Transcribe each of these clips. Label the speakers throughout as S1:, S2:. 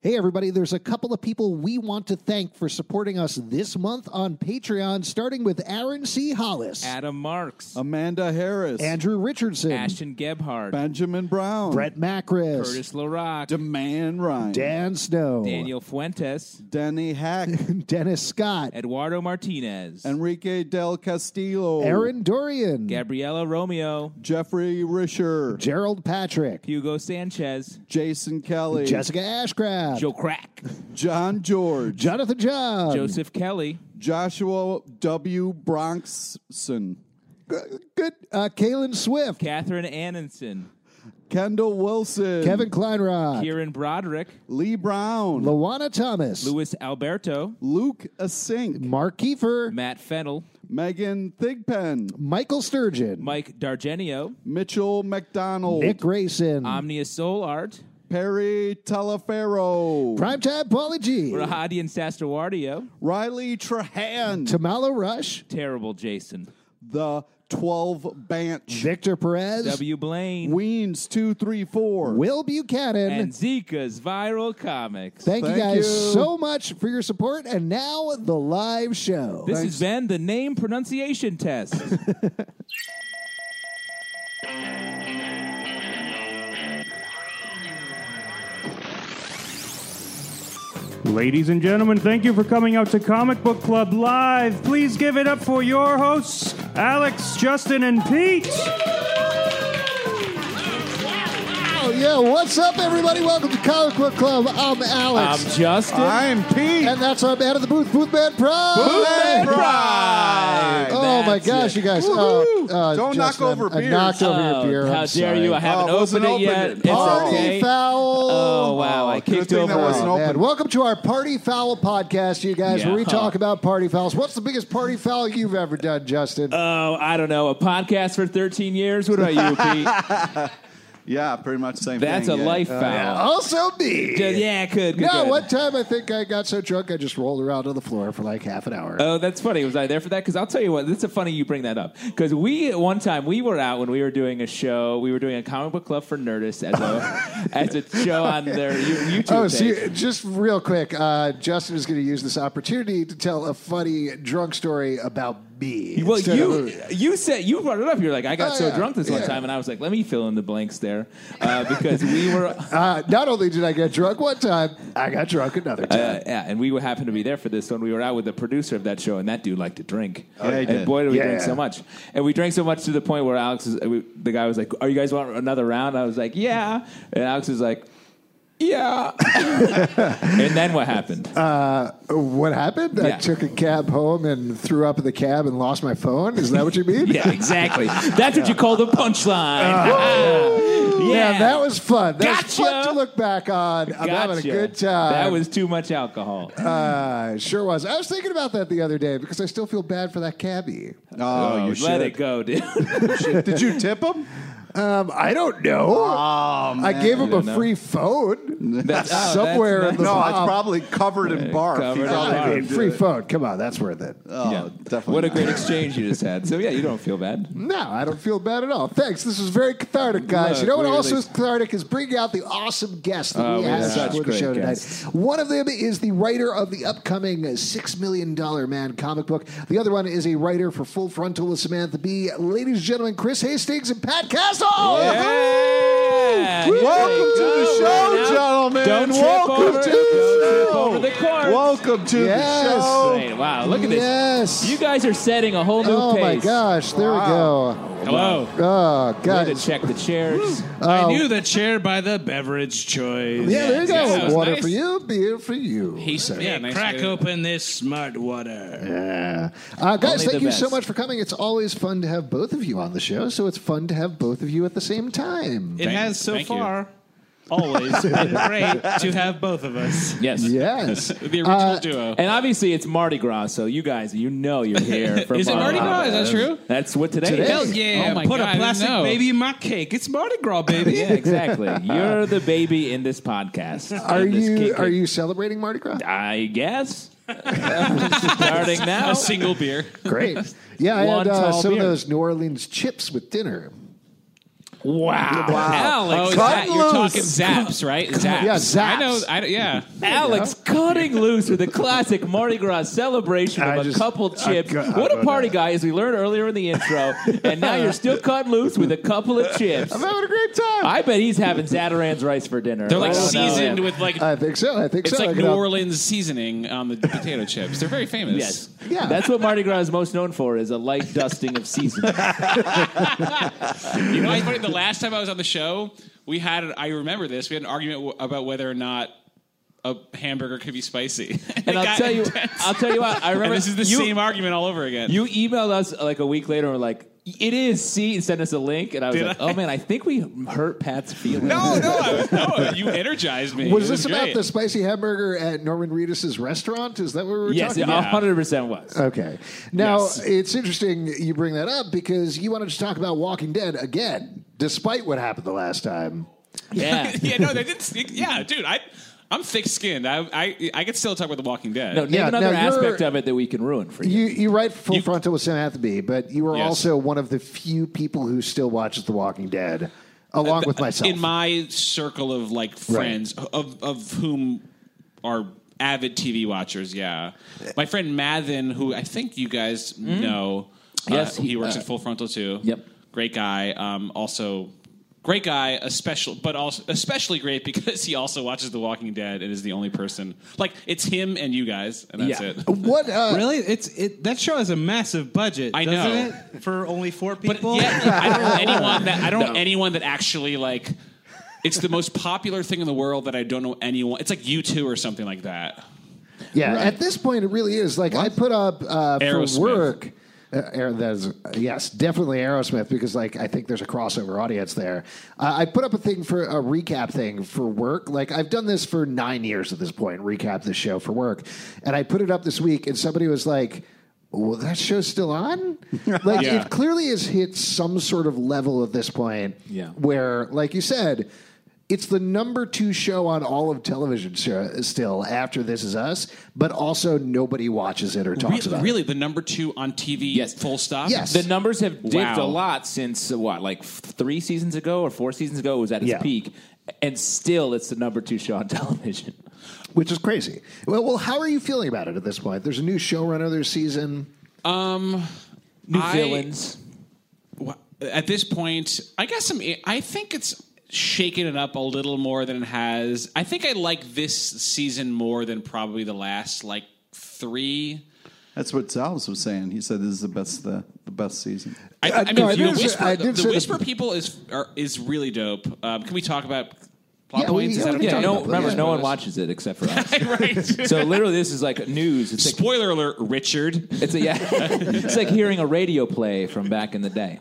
S1: Hey, everybody, there's a couple of people we want to thank for supporting us this month on Patreon, starting with Aaron C. Hollis,
S2: Adam Marks,
S3: Amanda Harris,
S1: Andrew Richardson,
S2: Ashton Gebhard,
S3: Benjamin Brown,
S1: Brett Macris,
S2: Curtis LaRock,
S3: Deman Ryan,
S1: Dan Snow,
S2: Daniel Fuentes,
S3: Denny Hack,
S1: Dennis Scott,
S2: Eduardo Martinez,
S3: Enrique Del Castillo,
S1: Aaron Dorian,
S2: Gabriela Romeo,
S3: Jeffrey Risher,
S1: Gerald Patrick,
S2: Hugo Sanchez,
S3: Jason Kelly,
S1: Jessica Ashcraft,
S2: Joe Crack,
S3: John George,
S1: Jonathan John,
S2: Joseph Kelly,
S3: Joshua W. Bronxson,
S1: Good, uh, Kalen Swift,
S2: Catherine Annenson,
S3: Kendall Wilson,
S1: Kevin Kleinrod,
S2: Kieran Broderick,
S3: Lee Brown,
S1: Lawana Thomas,
S2: Luis Alberto,
S3: Luke Asink,
S1: Mark Kiefer,
S2: Matt Fennel,
S3: Megan Thigpen,
S1: Michael Sturgeon,
S2: Mike Dargenio,
S3: Mitchell McDonald,
S1: Nick Grayson,
S2: Omnia Soul Art,
S3: Perry Telefero,
S1: Primetime Paulie G.
S2: Rahadi and Sastrawardio,
S3: Riley Trahan,
S1: Tamala Rush,
S2: Terrible Jason,
S3: the 12 bench.
S1: Victor Perez,
S2: W. Blaine,
S3: Weens 234.
S1: Will Buchanan.
S2: and Zika's Viral Comics.
S1: thank, you
S3: Thank
S1: guys
S3: you.
S1: so much for your support. And now the live show.
S2: This has been the name pronunciation test.
S4: Ladies and gentlemen, thank you for coming out to Comic Book Club Live. Please give it up for your hosts, Alex, Justin, and Pete.
S1: Oh, yeah, what's up, everybody? Welcome to Comic Book Club. I'm
S2: I'm
S1: Alex.
S2: Justin.
S3: I'm Pete.
S1: and that's our man of the booth, Boothman Pro.
S3: Bootman
S2: Pride.
S1: Oh my
S2: That's
S1: gosh,
S2: it.
S1: you guys!
S3: Woohoo.
S1: Uh, uh,
S3: Don't
S1: Justin,
S3: knock over
S1: I
S3: beers.
S1: knocked over
S2: Oh,
S1: your beer.
S2: How
S1: I'm
S2: dare
S1: sorry.
S2: you? I haven't
S3: Oh, it wasn't
S2: opened it
S3: opened
S2: yet.
S3: yet.
S2: It's
S1: Party
S2: okay.
S1: foul!
S2: Oh wow, I
S3: Good
S2: kicked
S3: thing that
S2: over.
S3: wasn't
S2: all-
S3: open.
S1: Man, welcome to our Party Foul podcast, you guys, where we
S2: Yeah.
S1: talk about party fouls. What's the biggest party foul you've ever done, Justin?
S2: Oh, I don't know. A podcast for 13 years. What about you, Pete?
S3: Yeah, pretty much the same
S2: That's a
S3: thing. yeah.
S2: life
S3: Uh,
S2: foul.
S1: also me.
S2: Yeah, good. good,
S1: no,
S2: good.
S1: one time I think I got so drunk I just rolled around on the floor for like half an hour.
S2: Oh, that's funny. Was I there for that? Because I'll tell you what, that's a funny you bring that up. Because we one time we were out when we were doing a show. We were doing a comic book club for Nerdist as a as a show on their you- YouTube.
S1: Oh, so
S2: page.
S1: you- just real quick, uh, Justin is going to use this opportunity to tell a funny drunk story about me.
S2: Well,
S1: instead
S2: you
S1: of-
S2: you said you brought it up. You're like, I got
S1: Oh,
S2: so
S1: yeah,
S2: drunk this one
S1: yeah.
S2: time, and I was like, let me fill in the blanks there, uh, because we were.
S1: uh, not only did I get drunk one time, I got drunk another time.
S2: Uh, yeah, and we happened to be there for this one. We were out with the producer of that show, and that dude liked to drink.
S3: yeah, he
S2: and
S3: did.
S2: boy, did we
S1: Oh, Yeah.
S2: drink so much. And we drank so much to the point where Alex, is, we, the guy was like, "Are you guys want another round?" I was like, "Yeah," and Alex was like, "Yeah." and then what happened?
S1: Uh, What happened? I
S2: Yeah.
S1: took a cab home and threw up in the cab and lost my phone. Is that what you mean?
S2: yeah, exactly. That's what you call the punchline.
S1: Yeah, Oh. that was fun. That was
S2: Gotcha.
S1: fun to look back on. I'm having a
S2: Gotcha.
S1: good time.
S2: That was too much alcohol.
S1: Uh, sure was. I was thinking about that the other day because I still feel bad for that cabbie.
S3: Oh, you
S2: let
S3: should.
S2: it go, dude.
S3: Did you tip
S1: Oh,
S3: him?
S1: Um, I don't know. I gave him a free phone.
S2: That's, oh,
S1: Somewhere
S2: that's-
S1: in the
S3: No,
S1: Bob.
S3: it's probably covered in barf.
S2: covered
S3: He's
S2: in
S3: already
S2: barf.
S3: been doing
S1: Free
S3: it.
S1: phone. Come on, that's worth it.
S3: Oh,
S2: yeah.
S3: definitely.
S2: What a
S3: not.
S2: great exchange you just had. So yeah, you don't feel bad.
S1: No, I don't feel bad at all. Thanks. This was very cathartic, guys.
S2: Look,
S1: you know what
S2: we
S1: also
S2: really-
S1: is cathartic is bringing out the awesome guests that we
S2: we
S1: had
S2: had such
S1: for the
S2: great
S1: show tonight.
S2: guests.
S1: One of them is the writer of the upcoming uh, Six Million Dollar Man comic book. The other one is a writer for Full Frontal with Samantha Bee. Ladies and gentlemen, Chris Hastings and Pat Castle.
S2: Yeah.
S3: Welcome to the
S2: Go,
S3: show,
S2: man.
S3: gentlemen.
S2: Don't trip
S3: Welcome
S2: over-
S3: to
S2: don't
S3: the
S2: trip
S3: show.
S2: over the cords.
S3: Welcome to
S1: Yes.
S3: the show.
S2: Great. Wow, look at this.
S1: Yes.
S2: You guys are setting a whole new
S1: oh
S2: pace.
S1: my gosh. There
S3: Wow.
S1: we
S2: Hello.
S1: go. Oh,
S2: Way to
S1: guys.
S2: check the chairs.
S5: I knew the chair by the beverage choice.
S1: Yeah, there you go.
S5: Yes, it was
S1: Water
S5: nice.
S1: for you, beer for you.
S5: Piece of
S1: Yeah,
S5: yeah, crack open this smart water.
S1: Yeah. Uh, guys,
S2: Only
S1: thank
S2: the
S1: you so
S2: best.
S1: much for coming. It's always fun to have both of you on the show, so it's fun to have both of you at the same time.
S5: It has so
S2: thank you.
S5: far always been great to have both of us.
S2: Yes.
S1: Yes.
S5: The original duo.
S2: And obviously, it's Mardi Gras, so you guys, you know you're here. For
S5: Is it Mardi Gras? Is that true?
S2: That's what today,
S1: Today.
S2: is.
S5: Hell yeah!
S6: Oh my
S5: Put
S6: God, I
S5: a
S6: didn't
S5: plastic
S6: know.
S5: baby in my cake. It's Mardi Gras, baby.
S2: Yeah, exactly. You're the baby in this podcast.
S1: Are
S2: In this
S1: you
S2: kink-
S1: are you celebrating Mardi Gras?
S2: I guess. Starting now.
S5: A single beer.
S1: Great. Yeah, I
S2: One
S1: had uh,
S2: tall
S1: some
S2: beer.
S1: of those New Orleans chips with dinner.
S2: Wow. Alex,
S6: Alex, oh,
S2: cut
S6: Zap, you're
S2: loose.
S6: talking zaps, right? Zaps.
S1: Yeah, zaps.
S6: I know. I, yeah.
S2: Alex cutting loose with a classic Mardi Gras celebration
S1: I
S2: of a
S1: just-
S2: couple
S1: I
S2: chips.
S1: got- I
S2: what a
S1: got
S2: party
S1: that.
S2: guy, as we learned earlier in the intro, and now you're still cutting loose with a couple of chips.
S1: I'm having a great time.
S2: I bet he's having Zataran's rice for dinner.
S6: They're like
S2: Oh, no.
S6: seasoned with like
S5: Uh,
S1: I think so. I think
S6: it's
S1: so. I
S6: like
S1: could
S6: New
S1: have-
S6: Orleans seasoning on the potato chips. They're very famous.
S2: Yes.
S1: Yeah.
S2: That's what Mardi Gras is most known for is a light dusting of seasoning.
S6: You know, it's funny. The last time I was on the show, we had I remember this. We had an argument w- about whether or not a hamburger could be spicy. It
S2: And I'll
S6: got
S2: tell you
S6: intense.
S2: I'll tell you what, I
S6: And
S2: remember
S6: this is the
S2: you,
S6: same argument all over again.
S2: You emailed us uh, like a week later and were like, it is C and sent us a link and I was
S6: Did
S2: like,
S6: I?
S2: Oh man, I think we hurt Pat's feelings.
S6: no, no, I was, no, you energized me.
S1: was
S6: It
S1: this about
S6: great.
S1: the spicy hamburger at Norman Reedus' restaurant? Is that what we were
S2: Yes,
S1: talking
S2: it
S1: about?
S2: 100% was.
S5: Uh,
S1: Okay. Now,
S6: Yes.
S1: it's interesting you bring that up because you wanted to talk about Walking Dead again, despite what happened the last time.
S2: Yeah.
S6: yeah, no, they didn't. sneak- Yeah, dude, I, I'm thick-skinned. I, I, I could still talk about The Walking Dead.
S2: No, name
S1: Yeah,
S2: another
S1: now you're-
S2: aspect of it that we can ruin for you.
S1: You you write Full
S6: You-
S1: Frontal with Samantha Bee, but you are
S6: Yes.
S1: also one of the few people who still watches The Walking Dead, along with myself.
S6: in my circle of like friends, of of whom are avid TV watchers. Yeah, my friend Mathen, who I think you guys know.
S2: Yes,
S6: he,
S2: he-
S6: works
S2: uh,
S6: at Full Frontal too.
S2: Yep.
S6: great guy. Um, also. Great guy, especially, but also especially great because he also watches The Walking Dead and is the only person. Like it's him and you guys, and that's
S2: Yeah.
S6: it.
S1: what? Uh,
S5: Really? It's it. That show has a massive budget.
S6: I
S5: doesn't
S6: know.
S5: it? for only four
S6: But
S5: people.
S6: yeah, I don't know anyone that I don't know anyone that actually like. It's the most popular thing in the world that I don't know anyone. It's like you two or something like that.
S1: Yeah. At this point, it really is like I put up uh, for
S6: Aerosmith.
S1: work. Uh, Aer- that is, yes, definitely Aerosmith because like I think there's a crossover audience there. Uh, I put up a thing for a recap thing for work. Like I've done this for nine years at this point. Recap this show for work, and I put it up this week, and somebody was like. Well, that show's still on. Like
S6: Yeah.
S1: it clearly has hit some sort of level at this point.
S2: Yeah.
S1: Where, like you said, it's the number two show on all of television show, still after This Is Us, but also nobody watches it or talks
S6: Re-
S1: about
S6: really, the number two on TV.
S2: Yes.
S6: full stop.
S1: Yes.
S2: The numbers have dipped
S6: Wow.
S2: a lot since uh, what, like f- three seasons ago or four seasons ago? It was at its
S1: Yeah.
S2: peak, and still it's the number two show on television.
S1: it, which is crazy. Well, well, how are you feeling about it at this point? There's a new showrunner this season.
S6: Um,
S2: New
S6: I-
S2: villains.
S6: wh- at this point, I guess I'm. I think it's shaken it up a little more than it has. I think I like this season more than probably the last like three.
S3: That's what Zalves was saying. He said this is the best the, the best season.
S6: I,
S1: Uh,
S6: I mean,
S1: no, I
S6: the
S1: didn't say-
S6: whisper,
S1: I
S6: the,
S1: didn't say the-
S6: whisper people is are, is really dope. Um, can we talk about plot
S1: Yeah, we-
S6: points? is
S1: yeah,
S6: that
S1: we
S6: okay?
S2: Yeah,
S1: talking
S2: no,
S1: about that.
S2: remember,
S1: Yeah.
S2: no one watches it except for us.
S6: right.
S2: so literally, this is like news. It's like,
S6: Spoiler alert, Richard.
S2: it's a, yeah, it's like hearing a radio play from back in the day.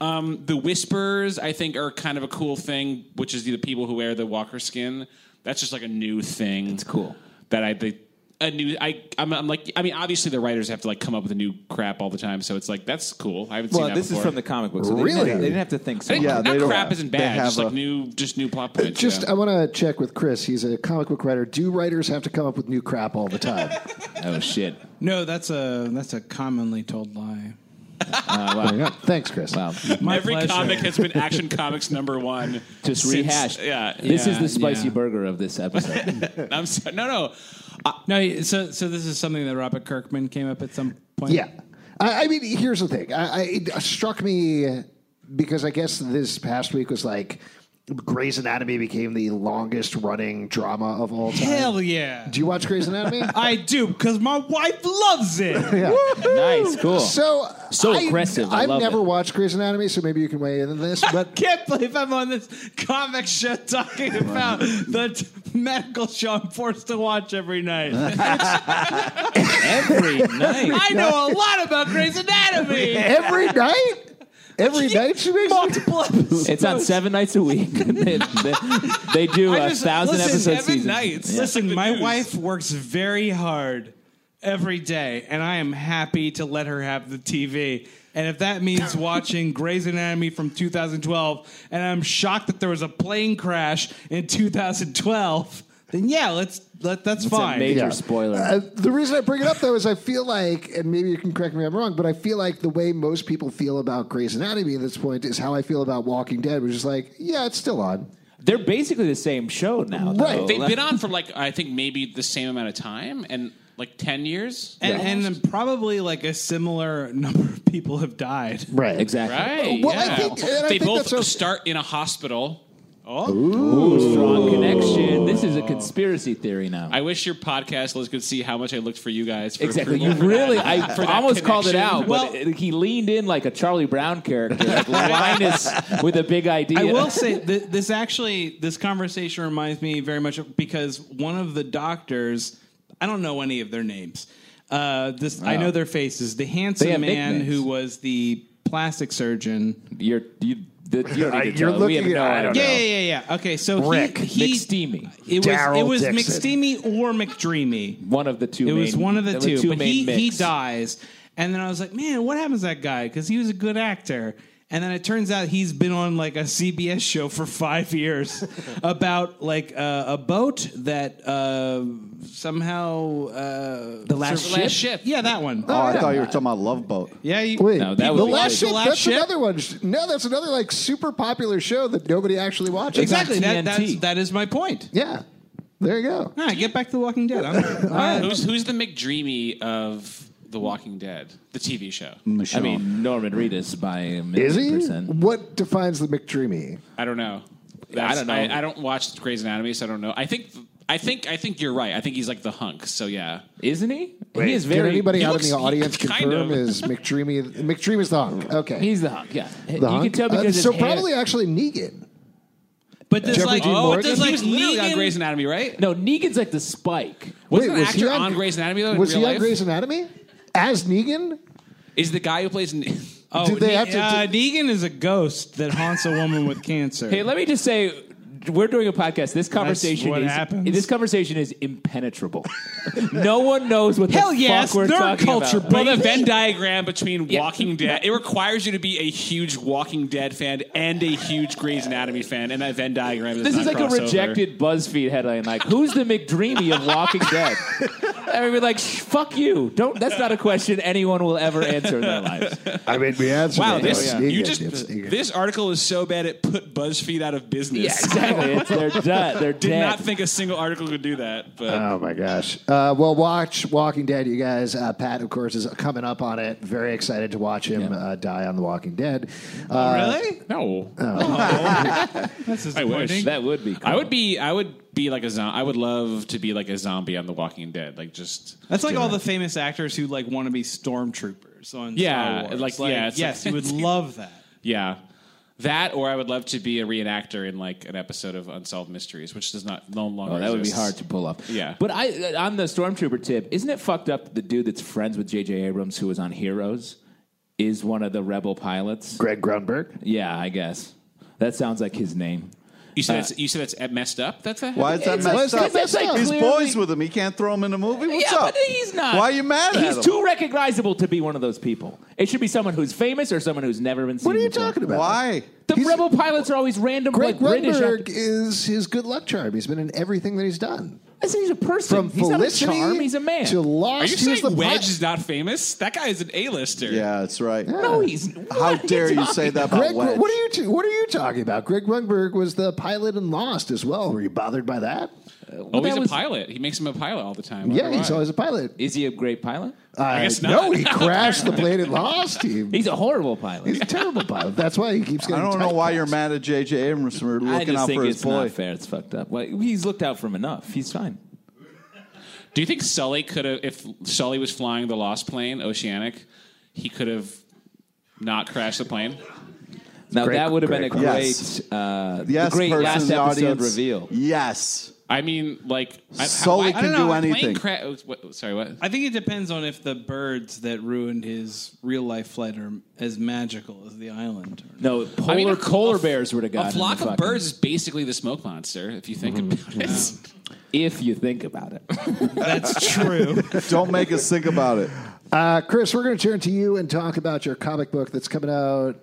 S6: Um, the whispers, I think, are kind of a cool thing, which is the people who wear the walker skin. That's just like a new thing. It's
S2: cool.
S6: That I think. a new. I I'm, I'm like I mean obviously the writers have to like come up with a new crap all the time, so it's like that's cool. I haven't
S2: Well,
S6: seen that
S2: this
S6: before.
S2: is from the comic book. So They
S1: Really?
S2: didn't, have, they didn't have to think so
S6: I think
S2: much.
S3: Yeah, they
S6: that
S3: don't-
S6: crap isn't
S3: they
S6: bad.
S3: have
S6: Just like
S3: a-
S6: new, just new plot points.
S1: Just,
S6: yeah.
S1: I want to check with Chris. He's a comic book writer. Do writers have to come up with new crap all the time?
S2: Oh shit!
S5: No, that's a that's a commonly told lie.
S1: Thanks, Chris.
S2: Wow.
S5: My
S6: Every
S5: pleasure.
S6: comic has been Action Comics number one.
S2: Just
S6: since-
S2: rehash.
S6: Yeah,
S2: This
S5: Yeah,
S2: is the spicy
S5: yeah.
S2: burger of this episode.
S6: I'm so, no, no.
S5: Uh, No, so so this is something that Robert Kirkman came up at some point.
S1: Yeah. I, I mean, here's the thing. I, I, it struck me because I guess this past week was like Grey's Anatomy became the longest running drama of all time.
S5: Hell yeah.
S1: Do you watch Grey's Anatomy?
S5: I do because my wife loves it.
S2: nice, cool.
S1: so
S2: So
S1: I-
S2: aggressive. I
S1: I've
S2: love
S1: never
S2: it.
S1: watched Grey's Anatomy, so maybe you can weigh in on this.
S5: I
S1: But
S5: can't believe I'm on this comic show talking about the t- medical show I'm forced to watch every night.
S2: Every night.
S5: I know a lot about Grey's Anatomy.
S1: every night, every night she makes
S5: Multiple episodes.
S2: It's on seven nights a week. they, they- they do
S5: I
S2: a
S5: just-
S2: thousand
S5: listen,
S2: episode
S5: seven
S2: season.
S5: nights. Listen, my wife works very hard every day, and I am happy to let her have the TV. And if that means watching Grey's Anatomy from 2012, and I'm shocked that there was a plane crash in 2012, then yeah, let's let that's
S2: It's a
S5: fine.
S2: major
S1: Yeah.
S2: spoiler.
S1: Uh, the reason I bring it up though is I feel like, and maybe you can correct me if I'm wrong, but I feel like the way most people feel about Grey's Anatomy at this point is how I feel about Walking Dead, which is like, yeah, it's still on.
S2: They're basically the same show now.
S1: Right.
S2: though.
S6: They've been on for like I think maybe the same amount of time and like ten years.
S5: And, and then probably like a similar number of people have died.
S1: Right.
S2: exactly.
S6: right?
S1: Well, I
S6: yeah.
S1: think- and I
S6: they
S1: think
S6: both
S1: that's so-
S6: start in a hospital.
S5: Oh.
S2: Strong connection. This is a conspiracy theory now.
S6: I wish your podcast listeners could see how much I looked for you guys. For
S2: Exactly. You
S6: approval for
S2: really,
S6: that-
S2: I
S6: for that
S2: almost called it
S6: connection.
S2: out,
S6: Well,
S2: but it- he leaned in like a Charlie Brown character, like Linus with a big idea.
S5: I will say th- this actually, this conversation reminds me very much of, because one of the doctors, I don't know any of their names. Uh, this I know their faces. The handsome
S2: They have
S5: man
S2: nicknames.
S5: who was the plastic surgeon.
S2: You're, you, the, you don't need to
S1: You're
S2: tell.
S1: looking
S2: we have
S1: at-
S2: no
S1: I don't
S2: idea.
S5: Yeah, yeah, yeah, yeah. Okay, so
S1: Rick.
S5: he, he
S2: McSteamy.
S5: It was it
S1: Daryl
S5: was
S1: Dixon.
S5: McSteamy or McDreamy.
S2: One of the two.
S5: It was
S2: main-
S5: one of the two, but
S2: main
S5: he,
S2: mix.
S5: he dies. And then I was like, man, what happens to that guy? Because he was a good actor. And then it turns out he's been on like a CBS show for five years about like uh, a boat that uh, somehow uh, the
S2: Last Ship?
S5: Yeah, that one.
S3: Oh, I thought you were talking about Love Boat.
S5: Yeah, you,
S1: Wait,
S2: No, that
S1: the
S2: would be
S1: last
S2: good.
S1: ship.
S5: The Last
S1: that's
S5: Ship?
S1: another one. No, that's another like super popular show that nobody actually watches.
S5: exactly.
S2: It's on
S5: That, that's,
S2: TNT.
S5: that is my point.
S1: Yeah. There you go.
S5: All right, get back to The Walking Dead. I'm,
S6: who's who's the McDreamy of The Walking Dead, the TV show?
S2: I mean, Norman Reedus by a million
S1: Is he?
S2: percent.
S1: What defines the McDreamy?
S6: I don't know.
S2: I don't know.
S6: I, I don't watch Grey's Anatomy, so I don't know. I think I think I think you're right. I think he's like the hunk. So yeah,
S2: Isn't he? he is
S1: Did
S2: very.
S1: anybody
S6: he
S1: out
S6: looks-
S1: in the audience
S6: kind
S1: confirm
S6: of.
S1: is McDreamy? McDream is the hunk. Okay.
S2: He's the hunk. Yeah, you
S1: the
S2: can
S1: hunk.
S2: tell
S1: Uh,
S2: because
S1: so
S2: his hair-
S1: probably actually Negan.
S5: but there's
S1: Jeffrey
S5: like,
S1: Dean
S5: oh,
S1: Morgan?
S5: but there's
S6: he
S5: like
S6: was literally on
S5: Negan-
S6: Grey's Anatomy, right?
S2: no. Negan's like the spike.
S6: Wasn't
S1: Wait,
S6: an
S1: was he
S6: actor
S1: on-
S6: on, Grey's Anatomy though? in
S1: Was he
S6: real
S1: on
S6: life?
S1: Grey's Anatomy as Negan?
S6: Is the guy who plays? In-
S5: Oh,
S1: Did they
S5: Ne-
S1: have to-
S5: uh, Negan is a ghost that haunts a woman with cancer.
S2: Hey, let me just say, we're doing a podcast. This conversation
S5: what
S2: is
S5: happens.
S2: this conversation is impenetrable. no one knows what
S5: Hell
S2: the
S5: yes,
S2: fuck we're
S5: nerd
S2: talking
S5: culture,
S2: about.
S6: well, the Venn diagram between Walking Dead it requires you to be a huge Walking Dead fan and a huge Grey's Anatomy fan, and that Venn diagram.
S2: This
S6: Does not
S2: is like a
S6: cross over.
S2: rejected BuzzFeed headline. Like, who's the McDreamy of Walking Dead? I mean, like, "Shh, fuck you. Don't. That's not a question anyone will ever answer in their lives.
S1: I mean, we answered.
S6: Wow,
S1: it.
S6: this
S2: Oh,
S1: It's
S6: you
S1: Negan,
S6: just
S1: it's Negan.
S6: this article is so bad it put BuzzFeed out of business.
S2: Yeah, exactly. It's, they're done. They're
S6: Did
S2: dead.
S6: not think a single article could do that, but
S1: Oh my gosh! Uh, well, watch Walking Dead, you guys. Uh, Pat, of course, is coming up on it. Very excited to watch him uh, die on The Walking Dead.
S6: Oh,
S1: Uh,
S5: really?
S6: no.
S5: That's
S6: I wish.
S5: disappointing.
S2: that would be. Cool.
S6: I would be. I would be like a zombie. I would love to be like a zombie on The Walking Dead. Like just.
S5: That's like all the famous actors who like want to be stormtroopers on
S6: Yeah,
S5: Star Wars.
S6: like- yeah, it's
S5: yes,
S6: like-
S5: you would love that.
S6: Yeah. That, or I would love to be a reenactor in like an episode of Unsolved Mysteries, which does not no longer.
S2: Oh, that would be
S6: exist.
S2: hard to pull off.
S6: Yeah.
S2: But I uh, on the stormtrooper tip, isn't it fucked up? that The dude that's friends with J.J. Abrams, who was on Heroes, is one of the rebel pilots.
S1: Greg Grunberg.
S2: Yeah, I guess that sounds like his name.
S6: You said that's, you said that's uh, messed up. That's a,
S3: Why is that
S2: It's-
S3: messed
S2: well,
S3: up?
S2: it's 'cause that's like
S3: He's
S2: clearly-
S3: boys with him. He can't throw him in a movie. What's
S2: yeah,
S3: up?
S2: but he's not.
S3: Why are you mad at
S2: He's
S3: him?
S2: too recognizable to be one of those people. It should be someone who's famous or someone who's never been seen.
S1: What are you
S2: before.
S1: talking about?
S3: Why?
S2: The rebel pilots are always random,
S1: Greg
S2: like British.
S1: Rudberg
S2: act-
S1: is his good luck charm. He's been in everything that he's done.
S2: Listen, he's a person.
S1: From
S2: he's
S1: Felicity
S2: not a charm. He's a man.
S1: to Lost,
S6: Are you
S1: he was
S6: saying
S1: the
S6: Wedge
S1: pi-
S6: is not famous? That guy is an A-lister.
S3: Yeah, that's right.
S2: no, Oh, he's.
S3: How
S2: what are
S3: dare you
S2: talking
S3: say that
S2: about?
S3: about
S1: Greg,
S3: Wedge?
S1: what are you? T- what are you talking about? Greg Rudberg was the pilot in Lost as well. Were you bothered by that?
S6: Oh, he's
S2: that
S6: a
S2: was-
S6: pilot. He makes him a pilot all the time.
S1: yeah,
S6: Wonder
S1: he's
S6: why.
S1: always a pilot.
S2: Is he a great pilot?
S1: I
S6: guess not.
S1: No, he crashed the plane at Lost. He,
S2: He's a horrible pilot.
S1: he's a terrible pilot. That's why he keeps
S3: I
S1: getting.
S3: don't know why you're
S1: typecast.
S3: mad at J.J. Abrams for
S2: I
S3: looking
S2: just
S3: out
S2: think
S3: for his
S2: it's
S3: boy.
S2: not fair. It's fucked up. Well, he's looked out for him enough. He's fine.
S6: Do you think Sully could have, if Sully was flying the lost plane, Oceanic, he could have not crashed the plane?
S2: Now
S1: great-
S2: that would have been a
S1: great
S2: great,
S3: Yes.
S2: uh, the
S3: Yes,
S2: great
S3: person in
S2: last
S3: the
S2: episode
S3: audience.
S2: reveal.
S3: Yes.
S6: I mean, like I,
S3: Sully
S6: I, I
S3: can
S6: don't know,
S3: do
S6: a plane
S3: anything.
S6: Cra- oh, what, sorry, what?
S5: I think it depends on if the birds that ruined his real life flight are as magical as the island. or not.
S2: No, polar
S6: I mean, a-
S2: polar
S6: a-
S2: bears would have gotten
S6: A flock
S2: the
S6: of
S2: fucking-
S6: birds is basically the smoke monster, if you think about it.
S2: If you think about it,
S5: That's true.
S3: Don't make us think about it.
S1: Uh, Chris, we're going to turn to you and talk about your comic book that's coming out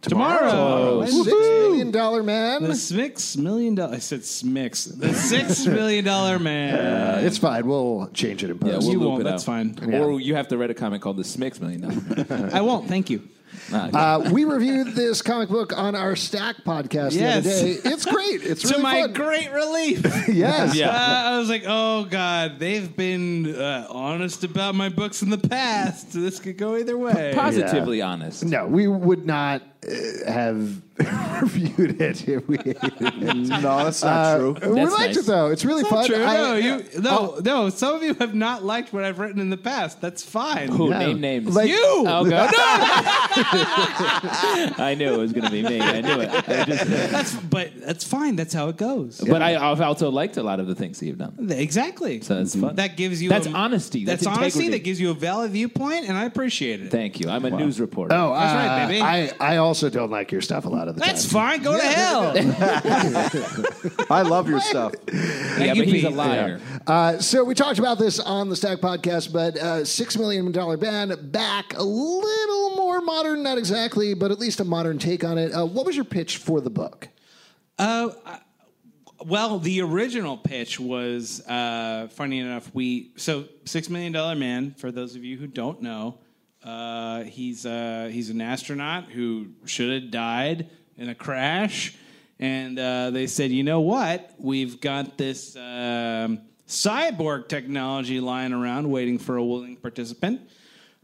S1: tomorrow.
S5: Tomorrow.
S1: Six million dollar man.
S5: The six million dollar. I said smix. The six million dollar man.
S1: Uh, it's fine. We'll change it in post.
S2: yeah, we'll
S5: You
S2: loop
S5: won't,
S2: it
S5: that's
S2: out.
S5: fine.
S2: Or you have to write a comic called "The Smix Million Dollar." Man.
S5: I won't. Thank you.
S2: Nah,
S1: Uh, we reviewed this comic book on our Stack podcast
S5: Yes.
S1: the other day. It's great. It's
S5: to
S1: really
S5: my
S1: fun.
S5: great relief.
S1: yes.
S5: Uh, I was like, oh god, they've been uh, honest about my books in the past. This could go either way.
S2: positively honest.
S1: No, we would not uh, have reviewed it if we. Uh,
S3: No, that's not true.
S1: we
S2: That's
S1: liked
S2: nice.
S1: it though. It's really
S5: That's
S1: fun.
S5: not true.
S1: I- uh, oh,
S5: no, you, no, no. Some of you have not liked what I've written in the past. That's fine.
S2: Who
S1: No.
S2: name names?
S1: Like-
S5: You.
S2: Oh god! I knew it was going to be me. I knew it. I just-
S5: That's but that's fine. That's how it goes.
S2: but I, I've also liked a lot of the things that you've done.
S5: Exactly.
S2: So that's fun.
S5: That gives you
S2: That's honesty.
S5: That's,
S2: That's
S5: honesty.
S2: integrity.
S5: That gives you a valid viewpoint, and I appreciate it.
S2: Thank you. I'm a news reporter.
S1: Oh,
S5: That's right,
S1: uh,
S5: baby.
S1: I, I also don't like your stuff a lot of the
S5: That's
S1: time.
S5: fine. Go to hell.
S3: I love your stuff.
S2: yeah, but he's a
S5: Pete.
S2: liar.
S1: Uh, so we talked about this on the Stack Podcast, but uh, six million dollar band back a little more modern, not exactly, but at least a modern take on it. Uh, what was your pitch for the book?
S5: Uh, I- well, the original pitch was uh, funny enough. We so six million dollar man. For those of you who don't know, uh, he's uh, he's an astronaut who should have died in a crash, and uh, they said, you know what? We've got this um, cyborg technology lying around waiting for a willing participant.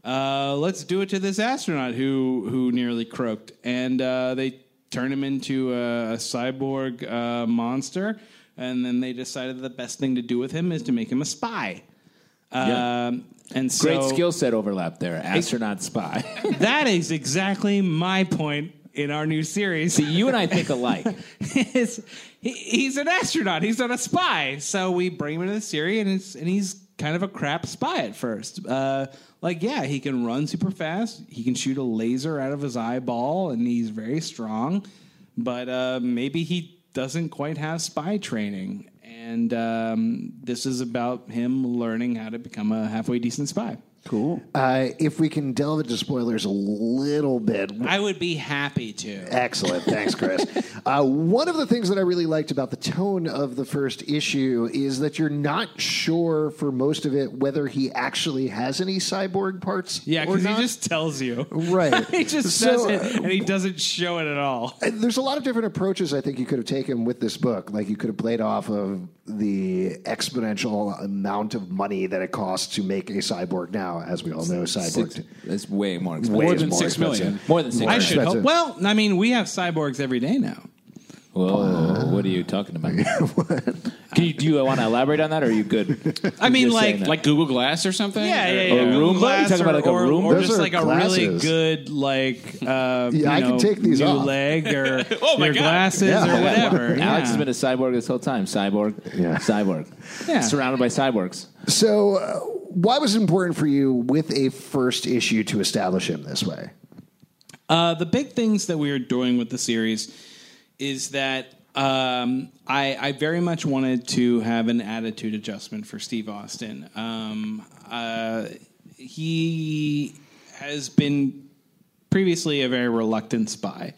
S5: Uh, let's do it to this astronaut who who nearly croaked, and uh, they turned him into a, a cyborg uh, monster. And then they decided the best thing to do with him is to make him a spy.
S2: Yeah.
S5: Um, and so
S2: Great skill set overlap there. Astronaut spy.
S5: That is exactly my point in our new series.
S2: See, you and I think alike.
S5: is he, he's an astronaut. He's not a spy. So we bring him into the series, and it's and he's kind of a crap spy at first. Uh, like, yeah, he can run super fast. He can shoot a laser out of his eyeball, and he's very strong. But uh, maybe he doesn't quite have spy training. And um, this is about him learning how to become a halfway decent spy.
S3: Cool.
S1: Uh, if we can delve into spoilers a little bit,
S5: I would be happy to.
S1: Excellent. Thanks, Chris. uh, one of the things that I really liked about the tone of the first issue is that you're not sure for most of it whether he actually has any cyborg parts.
S5: Yeah,
S1: or
S5: because he
S1: not.
S5: just tells you.
S1: Right.
S5: he just says
S1: So, uh,
S5: it, and he doesn't show it at all.
S1: And There's a lot of different approaches I think you could have taken with this book. Like you could have played off of the exponential amount of money that it costs to make a cyborg now, as we all know, cyborg.
S2: Six, it's way more expensive.
S1: Way
S2: more
S1: more
S6: six million.
S1: expensive.
S2: More than six.
S5: I should
S1: expensive.
S5: hope. Well, I mean, we have cyborgs every day now.
S2: Whoa! Uh, What are you talking about? Can you, do you want to elaborate on that, or are you good?
S5: I mean,
S2: You're saying
S5: like,
S2: that.
S5: like,
S6: Like Google Glass or something?
S5: yeah, yeah, yeah.
S1: Oh,
S2: Or a room?
S5: Google
S2: What are you
S5: Glass
S2: talking about,
S5: or-
S2: like a
S5: or-
S2: room?
S5: or
S1: Those
S5: just
S1: are
S5: like a really
S1: glasses.
S5: good, like, uh, you
S1: Yeah, I can
S5: know,
S1: take these
S5: new
S1: off.
S5: leg or
S6: Oh my
S5: your
S6: God.
S5: glasses
S1: Yeah.
S5: or whatever.
S2: Alex
S5: yeah.
S2: has been a cyborg this whole time. Cyborg,
S1: Yeah.
S2: cyborg,
S5: Yeah.
S2: surrounded by cyborgs.
S1: So, uh, why was it important for you with a first issue to establish him this way?
S5: Uh, the big things that we are doing with the series is that Um, I, I very much wanted to have an attitude adjustment for Steve Austin. Um, uh, he has been previously a very reluctant spy.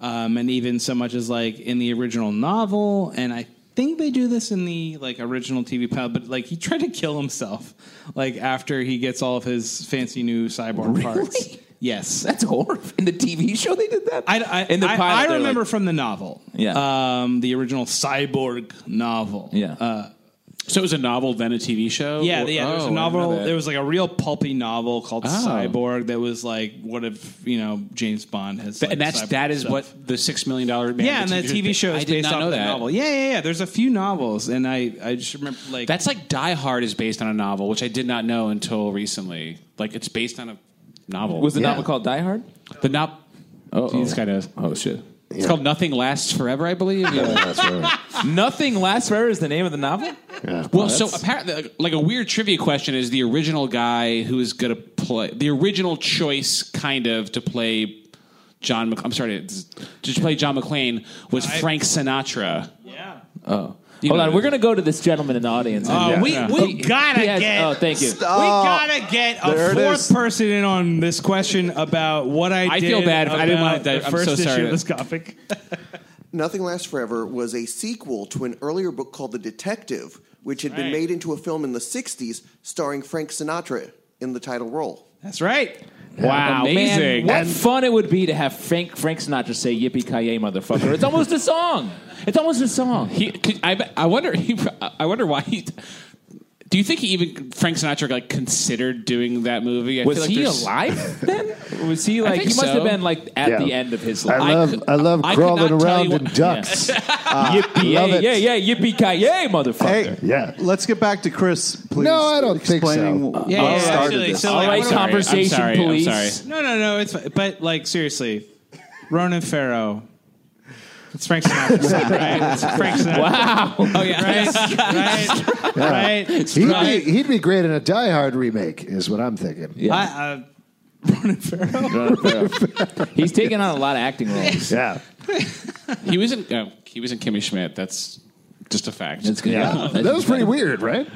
S5: Um, and even so much as like in the original novel, and I think they do this in the like original TV pilot, but like he tried to kill himself like after he gets all of his fancy new cyborg parts. Yes,
S2: That's horrible. In the TV show, they did that.
S5: I, I,
S2: in the
S5: I-
S2: pilot,
S5: I
S2: they're
S5: remember
S2: like-
S5: from the novel.
S2: Yeah.
S5: Um, the original cyborg novel.
S2: Yeah.
S5: Uh,
S6: So it was a novel, then a TV show.
S5: yeah,
S6: Or-
S5: yeah. There was
S6: oh, I
S5: a
S6: didn't know
S5: novel.
S6: that. Oh.
S5: There was like a real pulpy novel called Cyborg that was like, what if you know James Bond has?
S6: Th-
S5: like,
S6: and that's
S5: cyborg
S6: that is
S5: stuff.
S6: what the six million dollar man.
S5: Yeah, and the TV show
S6: I
S5: is
S6: did
S5: based
S6: not
S5: off
S6: know
S5: that
S6: that
S5: novel. Yeah, yeah, yeah. There's a few novels, and I, I just remember like
S6: That's like Die Hard is based on a novel, which I did not know until recently. Like it's based on a novel.
S2: Was the
S1: Yeah.
S2: novel called Die Hard?
S6: the not?
S2: Oh,
S6: This guy knows.
S2: Oh shit!
S6: It's called Nothing Lasts Forever, I believe.
S2: Nothing lasts forever is the name of the novel.
S6: Well, Oh, so apparently, like a weird trivia question is the original guy who is going to play the original choice, kind of to play John. Mc, I'm sorry, to, to play John McClane was Frank Sinatra.
S5: yeah.
S2: Hold on, we're gonna go to this gentleman in the audience.
S5: Uh, we we gotta
S2: He has-
S5: get.
S2: oh, thank you.
S5: We gotta get a
S3: There it
S5: fourth
S3: is.
S5: person in on this question about what I.
S6: I
S5: did
S6: feel bad if I didn't
S5: about
S6: want that.
S5: the
S6: I'm
S5: first
S6: so sorry.
S5: Issue of this topic.
S7: Nothing Lasts Forever was a sequel to an earlier book called The Detective, which had been
S5: Right.
S7: made into a film in the 60s starring Frank Sinatra in the title role.
S5: That's right.
S2: Wow,
S6: Amazing.
S2: man! What fun it would be to have Frank Frank Sinatra say "Yippee ki yay, motherfucker!" It's almost a song. It's almost a song.
S6: He, could, I, bet- I wonder. He, I wonder why he. Do you think he even Frank Sinatra like considered doing that movie? I
S2: was
S6: feel like
S2: he
S6: there's-
S2: alive then? Was he like?
S6: think
S2: He must
S6: so.
S2: have been like at
S1: Yeah.
S2: the end of his
S1: I
S2: life.
S1: love I,
S6: could-
S1: love
S6: I could
S1: crawling
S6: not tell
S1: around
S6: you
S1: in
S6: what-
S1: ducks.
S2: yippee,
S1: love
S2: yay,
S1: it.
S2: yeah, yeah, yippee ki yay, motherfucker!
S3: Hey,
S1: Yeah.
S3: Let's get back to Chris, please.
S1: No, I don't think
S3: explaining
S1: so.
S3: wh-
S5: Yeah,
S3: what
S5: yeah,
S3: started
S5: actually,
S3: this.
S5: so,
S2: All
S5: like,
S2: right,
S5: I'm sorry, I'm
S2: conversation,
S6: Oh, sorry, I'm
S2: please.
S6: sorry.
S5: No, no, no. It's fine. but like seriously, Ronan Farrow. It's Frank Sinatra, right? It's Frank Sinatra. Wow. Oh yeah. Right. Right. Right.
S1: He'd be,
S5: right.
S1: he'd be great in a Die Hard remake, is what I'm thinking. Yeah.
S5: I, uh, Ronan Farrow.
S2: He's taking on a lot of acting roles.
S6: He was in. Oh, he was in Kimmy Schmidt. That's just a fact.
S2: That's good.
S1: Yeah. that was pretty weird, right?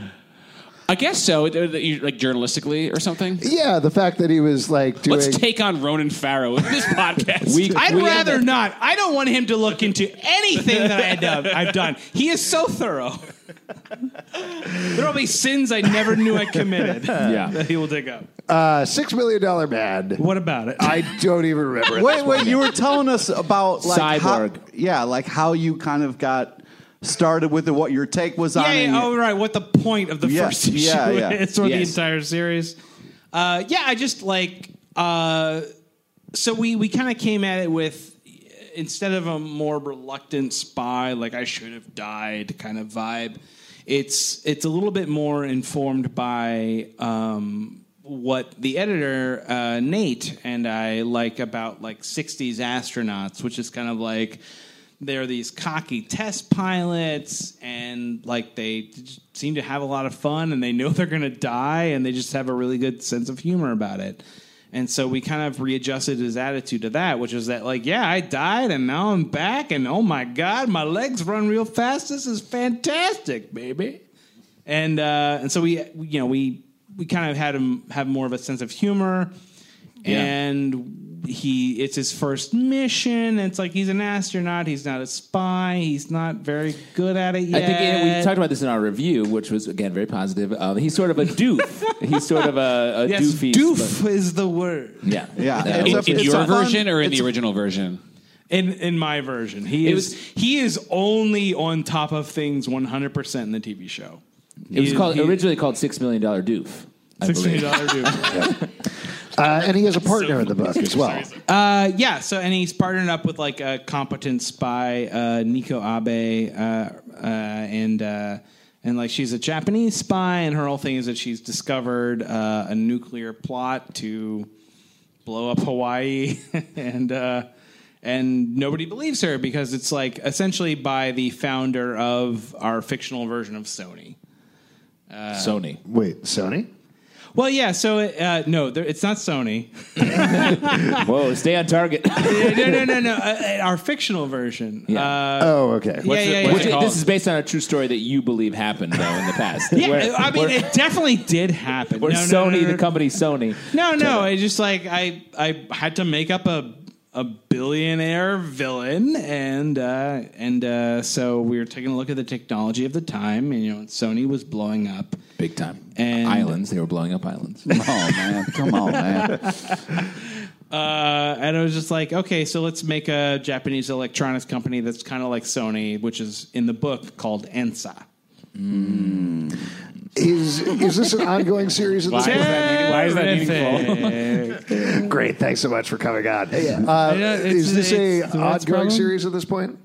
S6: I guess so. It- it- you- Like journalistically or something.
S1: Yeah, the fact that he was like doing.
S6: Let's take on Ronan Farrow in this podcast.
S2: We-
S5: I'd
S2: we had
S5: rather
S2: the-
S5: not. I don't want him to look into anything that I had done. I've done. He is so thorough. there will be sins I never knew I committed. Yeah. That he will dig up.
S1: uh, Six Million Dollar Man.
S5: What about it?
S1: I don't even remember. at
S3: Wait,
S1: this
S3: wait.
S1: point.
S3: You were telling us about like
S2: Cyborg.
S3: How, yeah, like how you kind of got started with it. What your take was on
S5: yeah,
S3: it.
S5: yeah, oh right. What the point of the
S3: Yeah,
S5: first issue
S3: yeah, yeah.
S5: is, or the
S2: Yes.
S5: entire series? Uh, yeah, I just like. Uh, so we we kind of came at it with instead of a more reluctant spy, like I should have died kind of vibe. It's it's a little bit more informed by um, what the editor uh, Nate and I like about like '60s astronauts, which is kind of like they're these cocky test pilots and like they just seem to have a lot of fun and they know they're going to die and they just have a really good sense of humor about it and so we kind of readjusted his attitude to that which is that like yeah i died and now i'm back and oh my god my legs run real fast this is fantastic baby and uh, and so we you know we we kind of had him have more of a sense of humor and he it's his first mission it's like he's an astronaut he's not a spy he's not very good at it
S2: I
S5: yet
S2: think yeah, we talked about this in our review, which was again very positive. Um, he's sort of a doof. he's sort of a, a
S5: yes,
S2: doofy.
S5: doof is the word
S2: but- yeah,
S3: Yeah.
S2: Uh,
S3: It's a-
S6: in, in
S3: it's
S6: your
S3: a fun-
S6: version or in the
S3: it's-
S6: original version?
S5: in in my version he
S2: It
S5: is
S2: was-
S5: he is only on top of things 100% in the tv show
S2: it was
S5: He-
S2: called
S5: he-
S2: originally called Six Million Dollar Doof. I
S5: $16
S2: believe.
S5: doof
S1: Uh, and he has a partner in the book as well.
S5: Uh, yeah. So, and he's partnered up with like a competent spy, uh, Nico Abe, uh, uh, and uh, and like she's a Japanese spy, and her whole thing is that she's discovered uh, a nuclear plot to blow up Hawaii, and uh, and nobody believes her because it's like essentially by the founder of our fictional version of Sony.
S2: Sony.
S1: Wait, Sony?
S5: Well, yeah. So uh, no, there, it's not Sony.
S2: Whoa, stay on target.
S5: no, no, no, no. Uh, our fictional version. Uh,
S2: oh, okay.
S5: yeah, yeah, yeah.
S2: This is based on a true story that you believe happened though in the past.
S5: Yeah,
S2: Where-
S5: I mean,
S2: where-
S5: it definitely did happen.
S2: where
S5: No, no,
S2: Sony,
S5: no, no, no.
S2: the company Sony.
S5: No, no. It's just like I I had to make up a a billionaire villain, and uh, and uh, so we were taking a look at the technology of the time, and you know, Sony was blowing up
S2: big time
S5: and
S2: Islands. They were blowing up islands.
S3: Oh man, come on, man.
S5: Uh, and I was just like, okay, so let's make a Japanese electronics company that's kind of like Sony, which is in the book called Ensa.
S1: Is is this an ongoing series of this?
S5: Why is that
S1: meaningful? Great, thanks so much for coming on. Uh,
S5: Yeah, it's-
S1: is this a
S5: it's-
S1: ongoing
S5: that's problem.
S1: series at this point?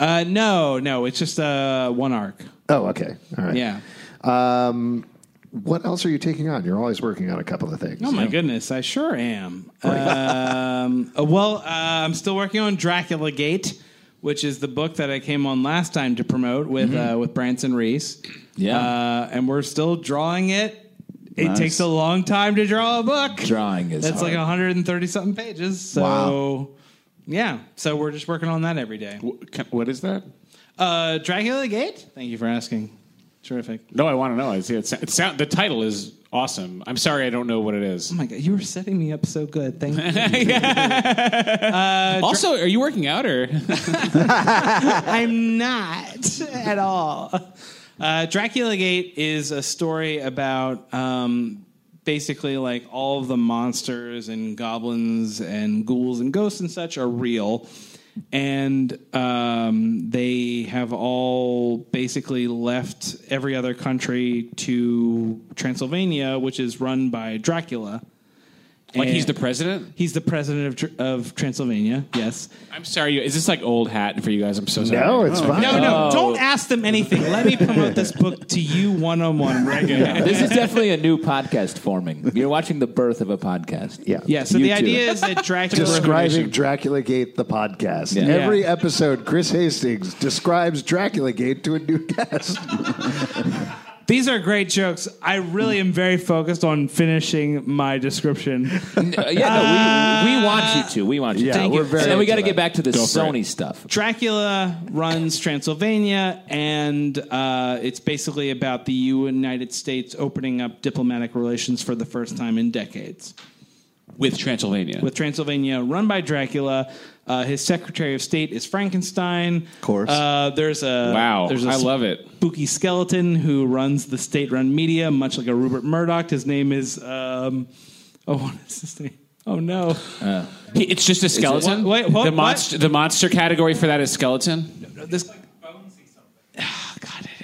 S5: Uh, no, no, it's just uh, one arc.
S1: Oh, okay, all right.
S5: Yeah.
S1: Um, what else are you taking on? You're always working on a couple of things.
S5: Oh my goodness, I sure am. um, uh, well, uh, I'm still working on Dracula Gate, which is the book that I came on last time to promote with
S2: Mm-hmm.
S5: uh, with Branson Reese.
S2: Yeah.
S5: uh, and we're still drawing it. It
S2: Nice.
S5: takes a long time to draw a book.
S2: Drawing is
S5: That's
S2: hard.
S5: like 130 something pages. So,
S2: Wow.
S5: yeah. So we're just working on that every day.
S8: What is that?
S5: Uh, Dracula Gate. Thank you for asking. Terrific. Oh
S8: No, I want to know. I see it. It sound, the title is awesome. I'm sorry, I don't know what it is.
S5: Oh my god, you were setting me up so good. Thank you.
S8: also, are you working out or?
S5: I'm not at all. Uh, Dracula Gate is a story about um, basically like all of the monsters and goblins and ghouls and ghosts and such are real. And um, they have all basically left every other country to Transylvania, which is run by Dracula.
S8: Like he's
S5: And
S8: the president?
S5: he's the president of, Tr- of Transylvania. Yes.
S8: I'm sorry. you- Is this like old hat for you guys? I'm so sorry.
S1: No, it's fine. Uh,
S5: No, no, don't ask them anything. Let me promote this book to you one on one right now.
S2: This is definitely a new podcast forming. You're watching the birth of a podcast.
S1: Yeah.
S5: Yeah, so the
S2: YouTube.
S5: idea is that Dracula.
S1: Describing Dracula Gate, the podcast.
S2: Yeah.
S1: Every
S5: Yeah.
S1: episode, Chris Hastings describes Dracula Gate to a new guest.
S5: These are great jokes. I really am very focused on finishing my description.
S2: Uh, yeah, no, we, we want you to. We want
S1: Uh,
S2: you
S1: Yeah,
S2: to.
S1: Thank we're you. very
S2: and then we got to
S1: into
S2: get
S1: that.
S2: back to the
S8: for
S2: Sony stuff.
S5: Dracula runs Transylvania, and uh, it's basically about the United States opening up diplomatic relations for the first time in decades.
S8: With Transylvania.
S5: with Transylvania, run by Dracula. Uh, his Secretary of State is Frankenstein. Of
S3: course.
S5: Uh, there's a
S8: Wow,
S5: There's a
S8: I love it.
S5: Spooky skeleton who runs the state-run media, much like a Rupert Murdoch. His name is um, oh, what is his name? Oh no,
S8: He- it's just a skeleton.
S5: Wha- wait, what-
S8: the
S5: what?
S8: monster. The monster category for that is skeleton.
S5: this.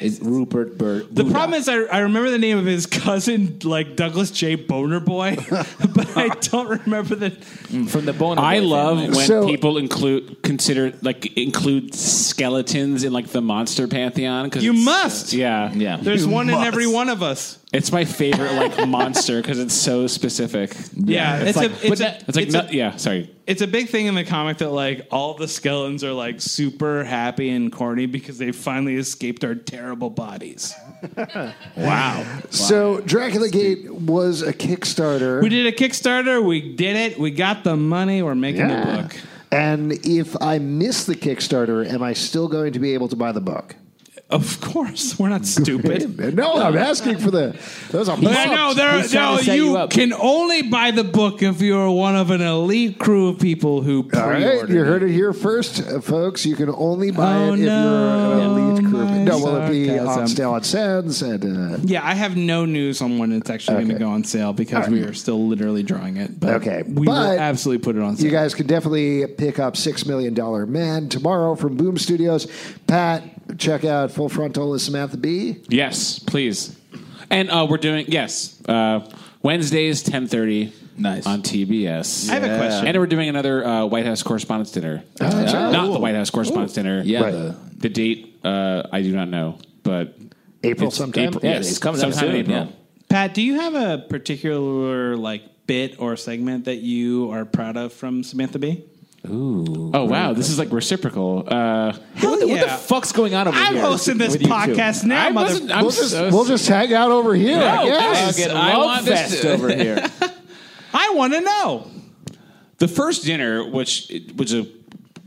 S2: Is Rupert Burt.
S5: The problem is, I, I remember the name of his cousin, like Douglas J. Boner Boy, but I don't remember the.
S2: from the Boner
S8: I
S2: Boy
S8: love
S2: family.
S8: when
S1: So-
S8: people include consider like include skeletons in like the monster pantheon. Cause
S5: You
S8: it's-
S5: must.
S8: yeah,
S2: Yeah.
S5: There's
S1: You
S5: one in
S1: must.
S5: every one of us.
S8: It's my favorite like monster because it's so specific.
S5: Yeah, it's,
S8: like,
S5: a. It's, a,
S8: it's like
S5: it's
S8: no-
S5: a-
S8: yeah. Sorry,
S5: it's a big thing in the comic that like all the skeletons are like super happy and corny because they finally escaped our terrible bodies.
S1: So, Dracula Gate was a Kickstarter.
S5: We did a Kickstarter, we did it, we got the money, we're making the
S1: Yeah.
S5: book.
S1: And if I miss the Kickstarter, am I still going to be able to buy the book?
S5: Of course, we're not stupid.
S1: No, I'm asking for the. Those are
S5: Yeah, no, there,
S2: He's trying
S5: no
S2: to set
S5: you,
S2: you up.
S5: can only buy the book if you're one of an elite crew of people who
S1: All right,
S5: pre-ordered.
S1: you heard it here first, uh, folks. You can only buy
S5: Oh,
S1: it if
S5: no,
S1: you're an elite crew.
S5: my
S1: No, will it be
S5: sarcasm.
S1: on sale on Sands? And, uh,
S5: Yeah, I have no news on when it's actually going
S1: Okay.
S5: to go on sale because we are still literally drawing it. But
S1: Okay,
S5: we
S1: but
S5: will absolutely put it on
S1: uh, you
S5: sale.
S1: guys can definitely pick up Six Million Dollar Man tomorrow from Boom Studios. Pat, check out Full Frontal is Samantha B.
S8: Yes, please. And uh, we're doing yes uh, Wednesdays ten thirty.
S2: Nice.
S8: on TBS.
S5: I have a question.
S8: And we're doing another uh, White House Correspondents' Dinner.
S1: that's right.
S8: Not the White House Correspondents' Dinner.
S2: Oh. Yeah,
S1: Right.
S2: the-
S8: The date uh, I do not know, but
S1: April
S8: it's
S1: sometime?
S8: April,
S2: Yeah,
S8: yes,
S2: it's coming up
S8: sometime in
S2: soon.
S8: April.
S2: Yeah.
S5: Pat, do you have a particular like bit or segment that you are proud of from Samantha Bee?
S2: Ooh.
S8: Oh wow, this is like reciprocal. Uh,
S2: What the, what the fuck's going on over
S8: I'm
S2: here?
S8: hosting this
S2: with you two?
S8: podcast now,
S2: I
S8: mother-
S2: wasn't-
S8: I'm
S1: we'll, just,
S8: so-
S1: we'll just hang out over here.
S2: No,
S1: I guess.
S2: this is- I'll get I love want this fest to- over here.
S6: I want to know. The first dinner, which it was a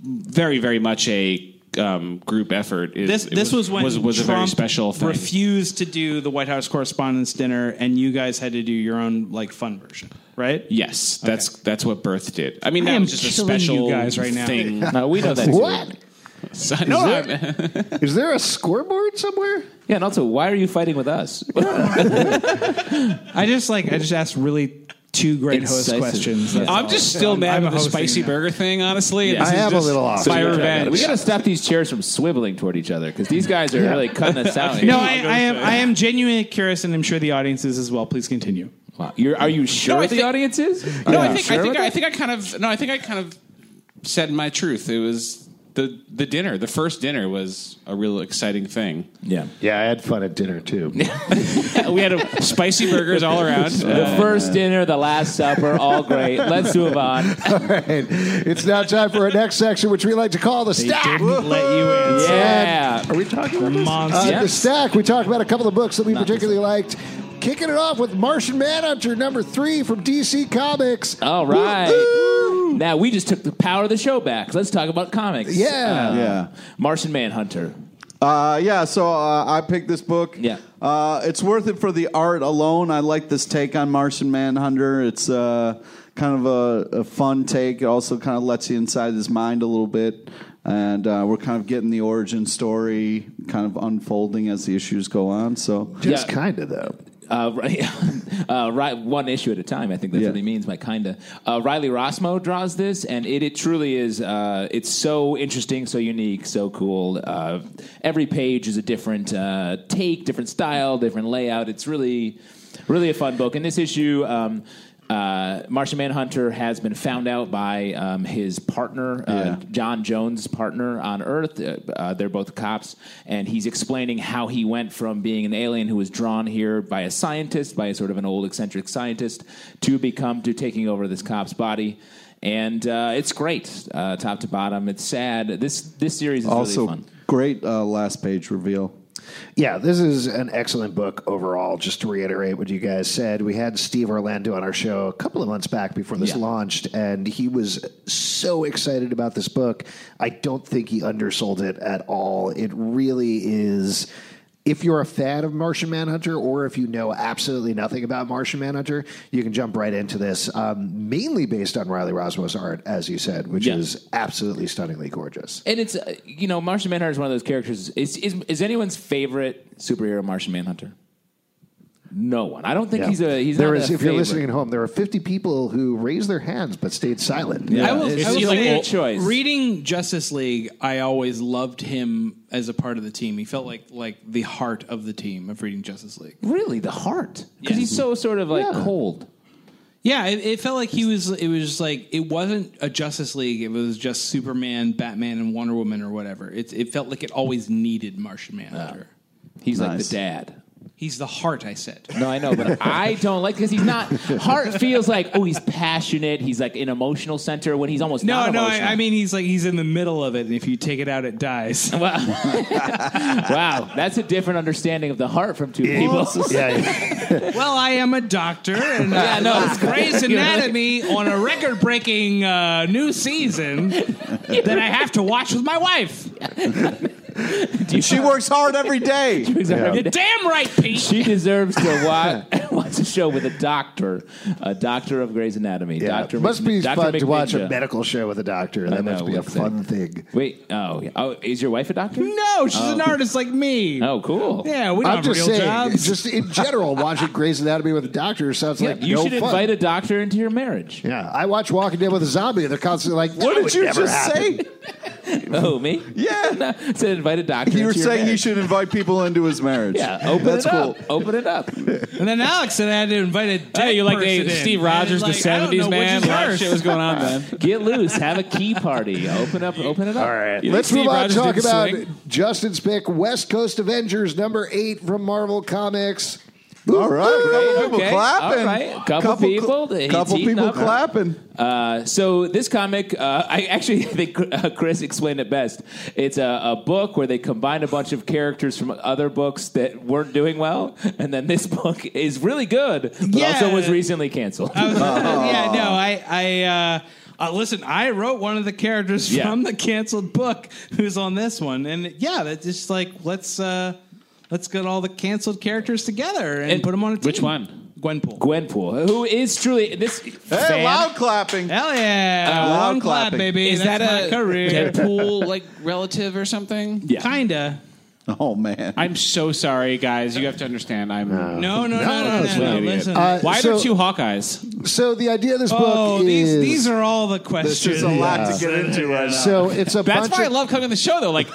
S6: very, very much a um, group effort. Is,
S5: This
S6: it
S5: this was, when
S8: was- was a
S5: Trump
S8: very special thing.
S5: refused to do the White House Correspondents' Dinner, and you guys had to do your own like fun version, right?
S6: Yes, that's that's what birth did. I mean,
S5: I
S6: that
S5: am
S6: was just a
S5: killing you
S6: special
S5: guys right now.
S6: thing.
S5: No, we know that.
S1: What?
S6: So-
S1: Is
S6: no,
S1: there-
S6: I'm-
S1: Is there a scoreboard somewhere?
S2: Yeah, and also, why are you fighting with us?
S5: I just like I just asked really two great host
S2: Incisive.
S5: questions. that's
S6: I'm
S5: all.
S6: just still mad
S5: I'm
S6: at the
S5: hosting
S6: spicy
S5: now.
S6: burger thing, honestly.
S2: Yeah.
S6: This is just My revenge.
S2: We got to stop these chairs from swiveling toward each other because these guys are
S5: Yeah.
S2: really cutting us out. here.
S5: No, I, I am I am genuinely curious, and I'm sure the audience is as well. Please continue.
S2: You're, are you sure
S6: No, I
S2: the
S6: think-
S2: audience is?
S6: No,
S2: Are
S6: I
S2: you
S6: think
S2: sure
S6: I think
S2: about
S6: I, think I kind of no, I think I kind of said my truth. It was the the dinner. The first dinner was a real exciting thing.
S2: Yeah.
S1: Yeah, I had fun at dinner too.
S6: we had a spicy burgers all around.
S2: The first dinner, the last supper, all great. Let's move on.
S1: All right. It's now time for our next section, which we like to call the stack.
S5: Didn't let you in.
S2: Yeah.
S1: Are we talking about this?
S5: Monster.
S1: Uh, The
S5: Yes.
S1: stack. We talked about a couple of books that we particularly liked. Kicking it off with Martian Manhunter number three from DC Comics.
S2: All right. Now we just took the power of the show back. Let's talk about comics. Uh,
S1: Yeah.
S3: Yeah.
S2: Martian Manhunter.
S3: Uh, yeah, so uh, I picked this book.
S2: Yeah.
S3: Uh, it's worth it for the art alone. I like this take on Martian Manhunter. It's uh, kind of a, a fun take. It also kind of lets you inside his mind a little bit. And uh, we're kind of getting the origin story kind of unfolding as the issues go on. So
S1: Just
S2: Yeah.
S1: kind of though.
S2: Uh, right, uh, right, one issue at a time. I think that's
S3: Yeah.
S2: what he means by kinda. Uh, Riley Rossmo draws this, and it, it truly is. Uh, it's so interesting, so unique, so cool. Uh, every page is a different uh, take, different style, different layout. It's really, really a fun book. And this issue. Um, uh, Martian Manhunter has been found out by um, his partner, uh,
S3: Yeah.
S2: John Jones' partner on Earth. Uh, uh, they're both cops, and he's explaining how he went from being an alien who was drawn here by a scientist, by a sort of an old eccentric scientist, to become to taking over this cop's body. And uh, it's great, uh, top to bottom. It's sad. This this series is
S3: also
S2: really fun.
S3: great uh, last page reveal.
S1: Yeah, this is an excellent book overall. Just to reiterate what you guys said, we had Steve Orlando on our show a couple of months back before this
S2: Yeah.
S1: launched, and he was so excited about this book. I don't think he undersold it at all. It really is. If you're a fan of Martian Manhunter, or if you know absolutely nothing about Martian Manhunter, you can jump right into this. Um, mainly based on Riley Roswell's art, as you said, which
S2: Yeah.
S1: is absolutely stunningly gorgeous.
S2: And it's uh, you know Martian Manhunter is one of those characters. Is is, is anyone's favorite superhero Martian Manhunter? No one. I don't think
S1: Yeah.
S2: he's a he's
S1: There
S2: not
S1: is-
S2: a
S1: if you're
S2: favorite.
S1: listening at home, there are 50 people who raised their hands but stayed silent.
S2: Yeah.
S5: I will,
S2: It's
S5: I will
S2: just like
S5: say,
S2: old choice.
S5: reading Justice League, I always loved him as a part of the team. He felt like like the heart of the team of reading Justice League.
S2: Really, the heart because
S5: Yeah.
S2: he's so sort of like
S1: Yeah.
S2: cold.
S5: Yeah, it, it felt like he was. It was just like it wasn't a Justice League. It was just Superman, Batman, and Wonder Woman or whatever. It, it felt like it always needed Martian Manhunter.
S2: He's like
S3: Nice.
S2: the dad.
S5: He's the heart. I said.
S2: No, I know, but I don't like because he's not. Hart feels like oh, he's passionate. He's like an emotional center when he's almost
S5: No,
S2: not
S5: no.
S2: emotional.
S5: I, I mean, he's like he's in the middle of it, and if you take it out, it dies.
S2: wow, that's a different understanding of the heart from two people.
S1: yeah, yeah.
S5: well, I am a doctor, and uh,
S2: Yeah, no, it's
S5: Grey's
S2: great. You're
S5: Anatomy on a record-breaking uh, new season that I have to watch with my wife.
S3: And she works hard every day.
S5: You're damn right, Pete.
S2: She deserves to watch, watch a show with a doctor, a doctor of Grey's Anatomy.
S1: Yeah.
S2: Doctor
S1: must be
S2: Dr.
S1: fun to watch a
S2: McNinja.
S1: medical show with a doctor.
S2: I
S1: That must
S2: know,
S1: be a
S2: what's that?
S1: fun thing.
S2: Wait, oh, yeah. oh, is your wife a doctor?
S5: No, she's an artist like me.
S2: Oh, cool.
S5: Yeah, we don't
S1: I'm
S5: have
S1: just
S5: real
S1: saying,
S5: jobs.
S1: just in general, watching Grey's Anatomy with a doctor sounds
S2: Yeah,
S1: like
S2: you
S1: no
S2: should
S1: fun.
S2: invite a doctor into your marriage.
S1: yeah, I watch Walking Dead with a zombie, and they're constantly like,
S3: What did you just say?
S2: Oh, me?
S3: Yeah.
S2: no, it's an invite a doctor.
S3: You were
S2: into your
S3: saying you
S2: marriage.
S3: should invite people into his marriage.
S2: Yeah, open
S3: That's
S2: it
S3: cool.
S2: up. Open it up.
S5: and then Alex said I had to invite a dead
S8: Hey, you like
S5: person
S8: the
S5: in.
S8: Steve Rogers,
S5: And, like,
S8: the
S5: I don't know
S8: seventies
S5: which
S8: man?
S5: is
S8: A lot of
S5: worse.
S8: shit was going on then.
S2: Get loose. Have a key party. Open up. Open it up. Uh, All right.
S8: You
S1: Let's
S8: think
S1: move
S8: Steve
S1: on to
S8: Rogers
S1: talk
S8: didn't
S1: about
S8: swing?
S1: Justin's pick West Coast Avengers number eight from Marvel Comics.
S3: All right, couple people
S2: okay.
S3: clapping.
S2: All right, couple, people,
S3: cl-
S2: He's
S3: couple
S2: heating
S3: people
S2: up.
S3: clapping.
S2: Uh, so this comic, uh, I actually think uh, Chris explained it best. It's a, a book where they combine a bunch of characters from other books that weren't doing well, and then this book is really good, but
S5: Yeah.
S2: also was recently canceled.
S5: yeah, no, I, I, uh, uh, listen, I wrote one of the characters
S2: Yeah.
S5: from the canceled book who's on this one, and yeah, that's just like let's uh, let's get all the canceled characters together and, put them on a team. Which one? Gwenpool.
S2: Gwenpool, who is truly this. Hey, fan-
S3: loud clapping!
S5: Hell yeah,
S2: Uh,
S5: loud
S2: loud
S5: clap,
S2: clapping.
S5: baby.
S2: Is that
S5: That's my
S2: a
S5: career?
S6: Deadpool like relative or something?
S2: Yeah.
S5: Kinda.
S3: Oh man.
S6: I'm so sorry, guys. You have to understand. I'm
S5: No, no, no, no, no,
S6: that's
S5: no,
S6: an
S5: no,
S6: idiot.
S5: listen.
S6: Why are there
S1: so-
S6: two Hawkeyes?
S1: So the idea of this book
S5: Oh, these
S1: is
S5: these are all the questions.
S3: This is a lot to get into right now.
S1: so it's a
S6: That's
S1: bunch
S6: why I
S1: of,
S6: love coming on the show, though. Like,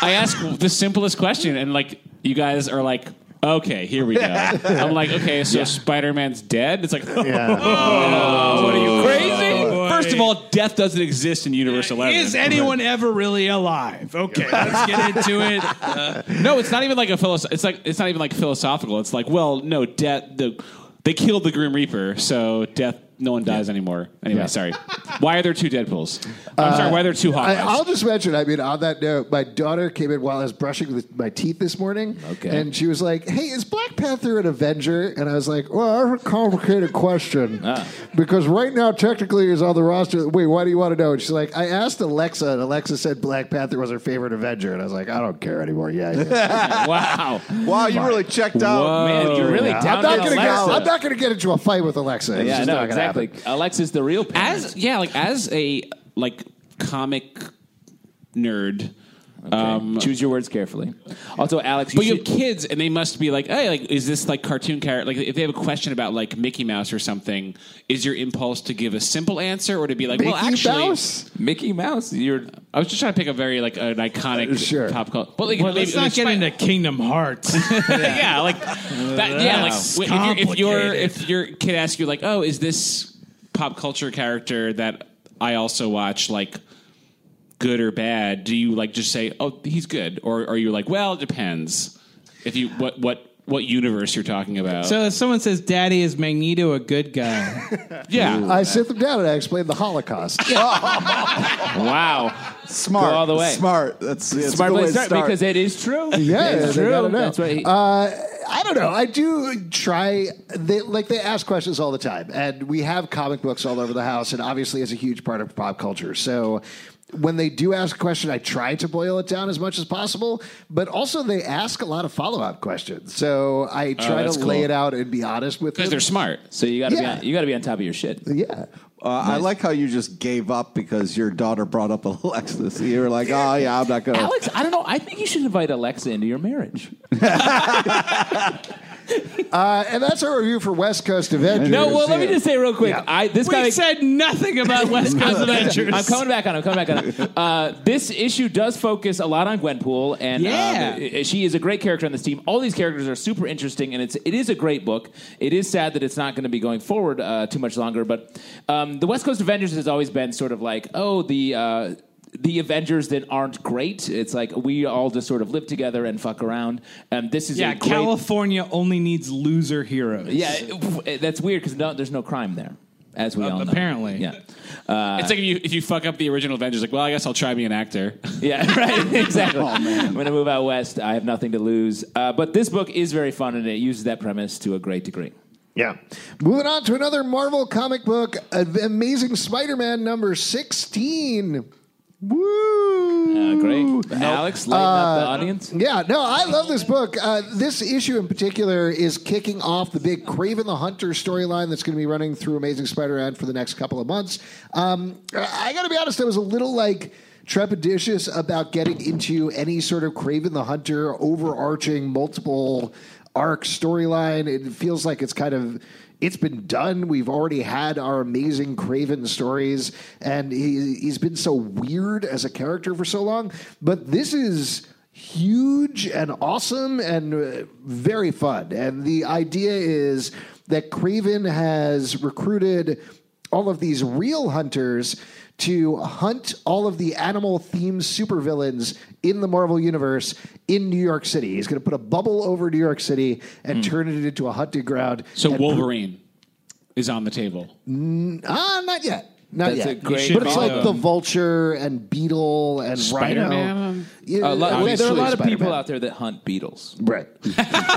S6: I ask the simplest question, and like you guys are like, "Okay, here we go." I'm like, "Okay, so Spider-Man's dead." It's like, what are you crazy?
S5: Oh, boy.
S6: First of all, death doesn't exist in Universal.
S5: Is anyone ever really alive? Okay, let's get into it. Uh,
S6: No, it's not even like a philosoph- It's like it's not even like philosophical. It's like, well, no, death. The they killed the Grim Reaper, so death. No one dies anymore. Anyway, sorry. Why are there two Deadpool's? I'm sorry. Why are there two
S1: Uh, I,
S6: Hawkeyes?
S1: I'll just mention. I mean, on that note, my daughter came in while I was brushing the, my teeth this morning,
S2: Okay.
S1: and she was like, "Hey, is Black Panther an Avenger?" And I was like, "Well, that's a complicated question
S2: Ah.
S1: because right now, technically, he's on the roster. Wait, why do you want to know?" And she's like, "I asked Alexa, and Alexa said Black Panther was her favorite Avenger." And I was like, "I don't care anymore. Yeah, I do.
S2: wow.
S3: Wow, you really checked out.
S2: Man, you're really
S1: I'm
S2: down
S1: not
S2: to
S1: gonna get,
S2: Alexa.
S1: I'm not going to get into a fight with Alexa. It's
S2: yeah,
S1: just not
S2: no,
S1: gonna happen.
S2: exactly. Alexa's the real parent.
S6: as yeah, like as a like comic nerd. Um,
S2: Choose your words carefully. Also, Alex, you
S6: but you
S2: should
S6: have kids, and they must be like, hey, like, is this like cartoon character? Like, if they have a question about like Mickey Mouse or something, is your impulse to give a simple answer or to be like, well,
S1: Mickey
S6: actually,
S1: Mouse?
S2: Mickey Mouse. You're
S6: I was just trying to pick a very like an iconic
S1: Sure.
S6: pop culture. But like,
S5: well,
S6: maybe-
S5: let's not get into Kingdom Hearts.
S6: yeah, like that, yeah, like
S5: That's
S6: wait, if, you're, if your
S5: complicated.
S6: if your kid asks you like, oh, is this pop culture character that I also watch like good or bad? Do you like just say, oh, he's good, or are you like, well, it depends if you what what what universe you're talking about?
S5: so if someone says, "Daddy, is Magneto a good guy?"
S6: yeah,
S1: I sit them down and I explain the Holocaust.
S2: wow.
S3: Smart.
S2: Go all the way.
S3: Smart. That's, yeah, it's a
S2: Smart
S3: good way
S2: place
S3: to
S2: to start
S3: start.
S2: because it is true.
S1: Yeah,
S2: it's
S1: they
S2: true.
S1: gotta know.
S2: That's what he,
S1: Uh, I don't know. I do try. They like they ask questions all the time, and we have comic books all over the house, and obviously it's a huge part of pop culture. So when they do ask a question, I try to boil it down as much as possible, but also they ask a lot of follow up questions. So I try
S2: Oh, that's
S1: to
S2: cool.
S1: lay it out and be honest with them.
S6: because they're smart.
S2: so you gotta
S1: yeah.
S2: be on, you gotta be on top of your shit.
S1: yeah.
S3: Uh, I like how you just gave up because your daughter brought up Alexis. You were like, oh, yeah, I'm not going to.
S2: Alex, I don't know. I think you should invite Alexa into your marriage.
S1: Uh, and that's our review for West Coast Avengers.
S2: No, well, let me just say real quick.
S1: Yeah.
S2: I this
S5: we
S2: guy
S5: said nothing about West Coast Avengers.
S2: I'm coming back on. it, I'm coming back on. it. Uh, this issue does focus a lot on Gwenpool, and
S5: Yeah.
S2: um, i- she is a great character on this team. All these characters are super interesting, and it's it is a great book. It is sad that it's not going to be going forward uh, too much longer, but um, the West Coast Avengers has always been sort of like oh the. Uh, the Avengers that aren't great. It's like we all just sort of live together and fuck around. And this is
S5: Yeah,
S2: a great,
S5: California only needs loser heroes.
S2: yeah. it- That's weird because no, there's no crime there, as we all know.
S5: apparently.
S2: yeah.
S6: it's like if you if you fuck up the original Avengers, like, well, I guess I'll try being an actor.
S2: Yeah, right. Exactly. I'm going to move out west. I have nothing to lose. Uh, but this book is very fun, and it uses that premise to a great degree.
S1: Yeah. Moving on to another Marvel comic book, uh, Amazing Spider-Man number 16. Woo!
S2: Uh, great. Uh, Alex, lighten up the audience.
S1: Yeah, no, I love this book. Uh, this issue in particular is kicking off the big Craven the Hunter storyline that's going to be running through Amazing Spider-Man for the next couple of months. Um, I got to be honest, I was a little like trepidatious about getting into any sort of Craven the Hunter overarching multiple arc storyline. It feels like it's kind of it's been done. We've already had our amazing Craven stories, and he, he's been so weird as a character for so long. But this is huge and awesome and uh, very fun. And the idea is that Craven has recruited all of these real hunters to hunt all of the animal themed supervillains in the Marvel Universe in New York City. He's going to put a bubble over New York City and turn it into a hunting ground.
S8: So
S1: and-
S8: Wolverine is on the table.
S1: Mm, ah, not yet. Not
S8: That's
S1: yet.
S8: a great
S1: but it's like
S8: follow.
S1: the Vulture and Beetle and Rhino.
S8: Spider-Man?
S1: Yeah,
S2: A lot-
S1: well,
S2: uh, there are a lot of
S1: Spider-Man.
S2: people out there that hunt beetles.
S1: Right.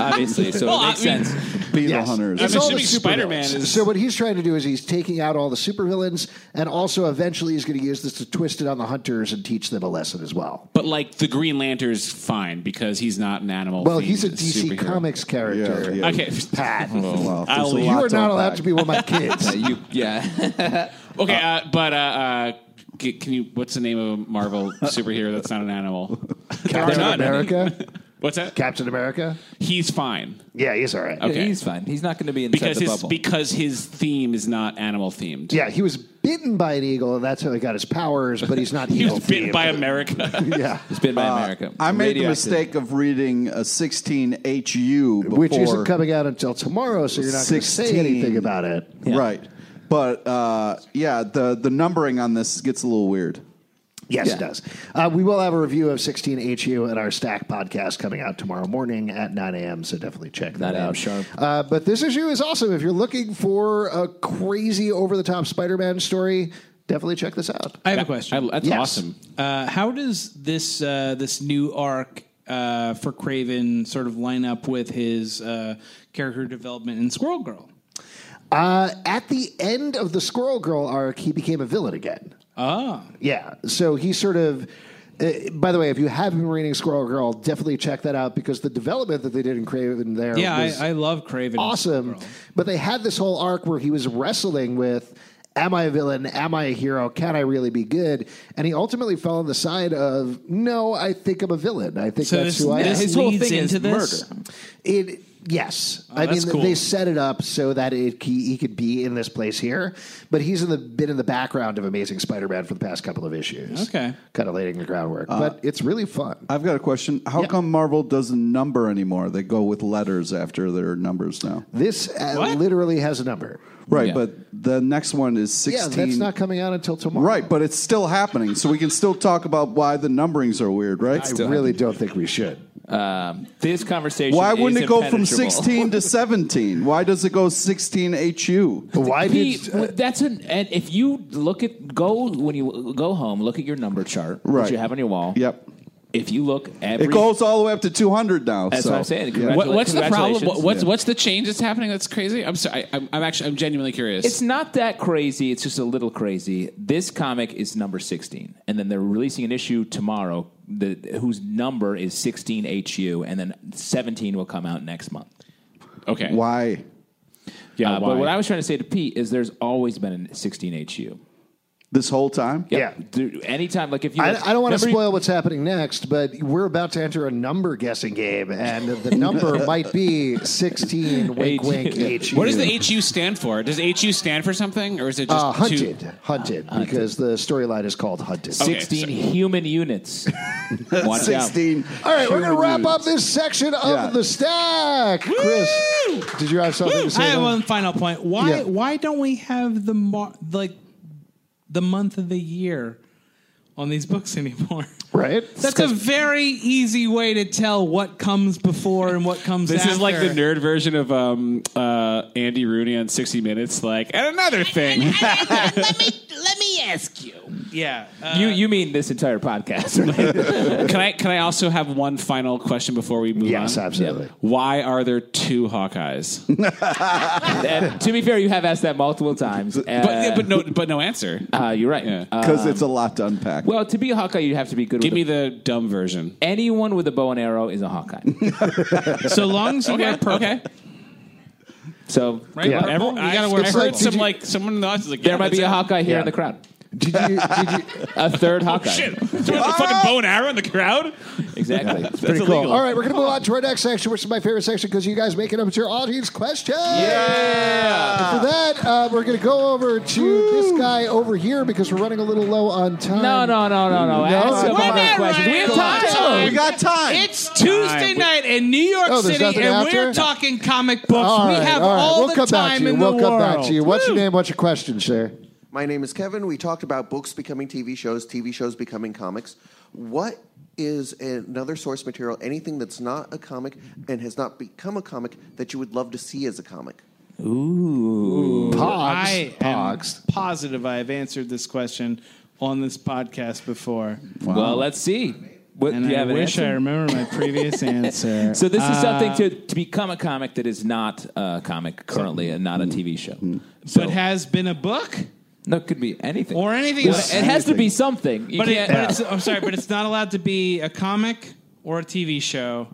S2: Obviously, so
S1: Well,
S2: it makes
S1: I mean-
S2: sense.
S3: Beetle
S1: Yes.
S3: hunters.
S1: It's all the supervillains. So what he's trying to do is he's taking out all the supervillains, and also eventually he's going to use this to twist it on the hunters and teach them a lesson as well.
S8: But like the Green Lantern's fine because he's not an animal.
S1: Well, he's a
S8: themed
S1: DC
S8: superhero.
S1: Comics character.
S8: Yeah, yeah. Okay.
S1: Pat.
S3: Oh,
S8: well, there's
S1: I'll-
S8: a
S1: you
S8: lot
S1: are
S8: to
S1: not allowed
S8: unpack.
S1: to be one of my kids.
S2: Yeah, you- yeah.
S8: Okay, uh, but uh, uh, c- can you? What's the name of a Marvel superhero that's not an animal? There are
S1: Captain
S8: none.
S1: America.
S8: What's that?
S1: Captain America.
S8: He's fine.
S1: Yeah, he's all right.
S8: Okay.
S2: Yeah, he's fine. He's not going to be inside
S8: because
S2: the
S8: his
S2: bubble.
S8: because his theme is not animal themed.
S1: Yeah, he was bitten by an eagle, and that's how he got his powers. But he's not.
S8: He was
S1: evil
S8: bitten
S1: themed.
S8: by America.
S1: yeah,
S2: he's bitten
S3: Uh, I made the mistake of reading uh, a 16 HU, before
S1: which isn't coming out until tomorrow, so you're not going to say
S3: 16.
S1: anything about it.
S3: Right. But uh, yeah, the the numbering on this gets a little weird.
S1: Yes, it does. Uh, we will have a review of 16HU and our Stack podcast coming out tomorrow morning at 9 a.m. So definitely check that
S2: 9 a.m.
S1: out.
S2: sharp.
S1: Uh, but this issue is awesome. If you're looking for a crazy over the top Spider Man story, definitely check this out.
S5: I have a question.
S1: that's Yes. awesome.
S5: Uh, how does this uh, this new arc uh, for Craven sort of line up with his uh, character development in Squirrel Girl?
S1: Uh, at the end of the Squirrel Girl arc, he became a villain again.
S5: Ah,
S1: Yeah. So he sort of. Uh, by the way, if you have been reading Squirrel Girl, definitely check that out because the development that they did in Craven there
S5: yeah,
S1: was
S5: I, I love Craven.
S1: awesome. But they had this whole arc where he was wrestling with Am I a villain? Am I a hero? Can I really be good? And he ultimately fell on the side of No, I think I'm a villain. I think
S5: So
S1: that's
S5: this-
S1: who I
S5: this
S1: am.
S5: His whole leads thing is into this? murder.
S1: It, yes.
S5: Oh,
S1: I mean,
S5: that's cool.
S1: they set it up so that it, he, he could be in this place here, but he's in the, been in the background of Amazing Spider Man for the past couple of issues.
S5: Okay.
S1: Kind of laying the groundwork.
S5: Uh,
S1: but it's really fun.
S3: I've got a question. How come Marvel doesn't number anymore? They go with letters after their numbers now.
S1: This uh, literally has a number.
S3: Right,
S1: Yeah.
S3: but the next one is 16.
S1: Yeah, that's not coming out until tomorrow.
S3: Right, but it's still happening, so we can still talk about why the numberings are weird, right?
S1: I really don't think we should.
S2: Um, this conversation.
S3: Why
S2: is
S3: wouldn't it go from
S2: impenetrable.
S3: 16 to 17? Why does it go 16 HU?
S1: Why
S2: Pete, w- that's an. And if you look at go when you go home, look at your number chart
S3: Right.
S2: that you have on your wall.
S3: Yep.
S2: If you look every,
S3: it goes all the way up to 200 now.
S2: That's
S3: so.
S2: what I'm saying.
S3: Yeah.
S2: Congratula-
S8: what's the problem?
S2: congratulations.
S8: What, what's what's the change that's happening? That's crazy. I'm sorry. I, I'm, I'm actually I'm genuinely curious.
S2: It's not that crazy. It's just a little crazy. This comic is number 16, and then they're releasing an issue tomorrow that, whose number is 16HU, and then 17 will come out next month. Uh,
S8: okay.
S3: Why?
S8: Yeah,
S2: but
S8: why?
S2: what I was trying to say to Pete is there's always been a 16HU.
S3: This whole time?
S2: Yeah. Dude, anytime, like if you.
S1: I, I don't want to
S2: remember-
S1: spoil what's happening next, but we're about to enter a number guessing game, and the number might be 16, wink, wink, H.
S8: What does the HU stand for? Does HU stand for something, or is it just
S1: Uh,
S8: two-
S1: hunted, hunted, because the storyline is called Hunted.
S2: 16 human units. Watch out.
S1: All right, we're going to wrap up this section of
S2: Yeah.
S1: the stack. Chris, did you have something to say?
S5: I have
S1: about-
S5: one final point. Why
S1: Yeah.
S5: why don't we have the mar- like the month of the year on these books anymore?
S1: Right?
S5: That's a very easy way to tell what comes before and what comes.
S8: This
S5: after.
S8: is like the nerd version of um, uh, Andy Rooney on 60 Minutes. Like, and another thing.
S9: Let me ask you.
S5: Yeah.
S2: you you mean this entire podcast? Right?
S8: uh, can I can I also have one final question before we move
S1: Yes,
S8: on?
S1: absolutely.
S8: Why are there two Hawkeyes?
S2: And to be fair, you have asked that multiple times. But,
S8: but, yeah, but no but no answer.
S2: Uh, you're right.
S3: Because
S2: Um,
S3: it's a lot to unpack.
S2: Well, to be a Hawkeye, you have to be good.
S8: Give
S2: with
S8: me the dumb version.
S2: anyone with a bow and arrow is a Hawkeye.
S5: so long as you
S8: Okay,
S5: wear purple.
S8: okay.
S2: So
S8: Right?
S1: Yeah.
S8: Everyone-
S5: You
S8: I,
S5: gotta wear
S8: I
S5: purple.
S8: heard some
S5: Did you-
S8: like someone in the audience was like,
S2: there
S8: yeah,
S2: might be
S8: that's
S2: a
S8: it.
S2: Hawkeye here
S1: Yeah.
S2: in the crowd.
S1: Did you, did you,
S2: A third Hawkeye.
S8: Oh, Shit. Someone with a fucking bow and arrow in the crowd?
S2: Exactly.
S8: That's
S1: Pretty cool.
S8: illegal.
S1: All right, we're going to move on to our next section, which is my favorite section because you guys make it up to your audience questions. Yeah. For that, uh, we're going to go over to this guy over here because we're running a little low on time.
S2: No, no, no, no, no. Ask
S1: come
S2: some
S1: on.
S2: other questions. We have
S5: Come on.
S2: time.
S3: We got time.
S5: It's Tuesday night in New York
S1: Oh, there's
S5: City, and
S1: nothing after?
S5: we're talking comic books.
S1: All
S5: we
S1: right,
S5: have
S1: all right.
S5: all
S1: we'll
S5: the
S1: come
S5: time
S1: back to you.
S5: in
S1: we'll
S5: the
S1: come
S5: world.
S1: back to you. What's your name? What's your question, sir?
S7: My name is Kevin. We talked about books becoming TV shows, TV shows becoming comics. What is another source material, anything that's not a comic and has not become a comic that you would love to see as a comic?
S2: Ooh.
S5: I am positive I have answered this question on this podcast before.
S2: Well, Uh, let's see. What,
S5: and
S2: do you
S5: I
S2: have an
S5: wish I
S2: answer?
S5: remember my previous answer.
S2: So this is something
S5: Uh,
S2: to, to become a comic that is not a comic currently and not a TV show.
S5: but has been a book.
S2: No, it could be anything
S5: or anything.
S2: Well, it has to be something. You
S5: but, it,
S2: can't-
S5: but it's, I'm sorry, but it's not allowed to be a comic or a TV show.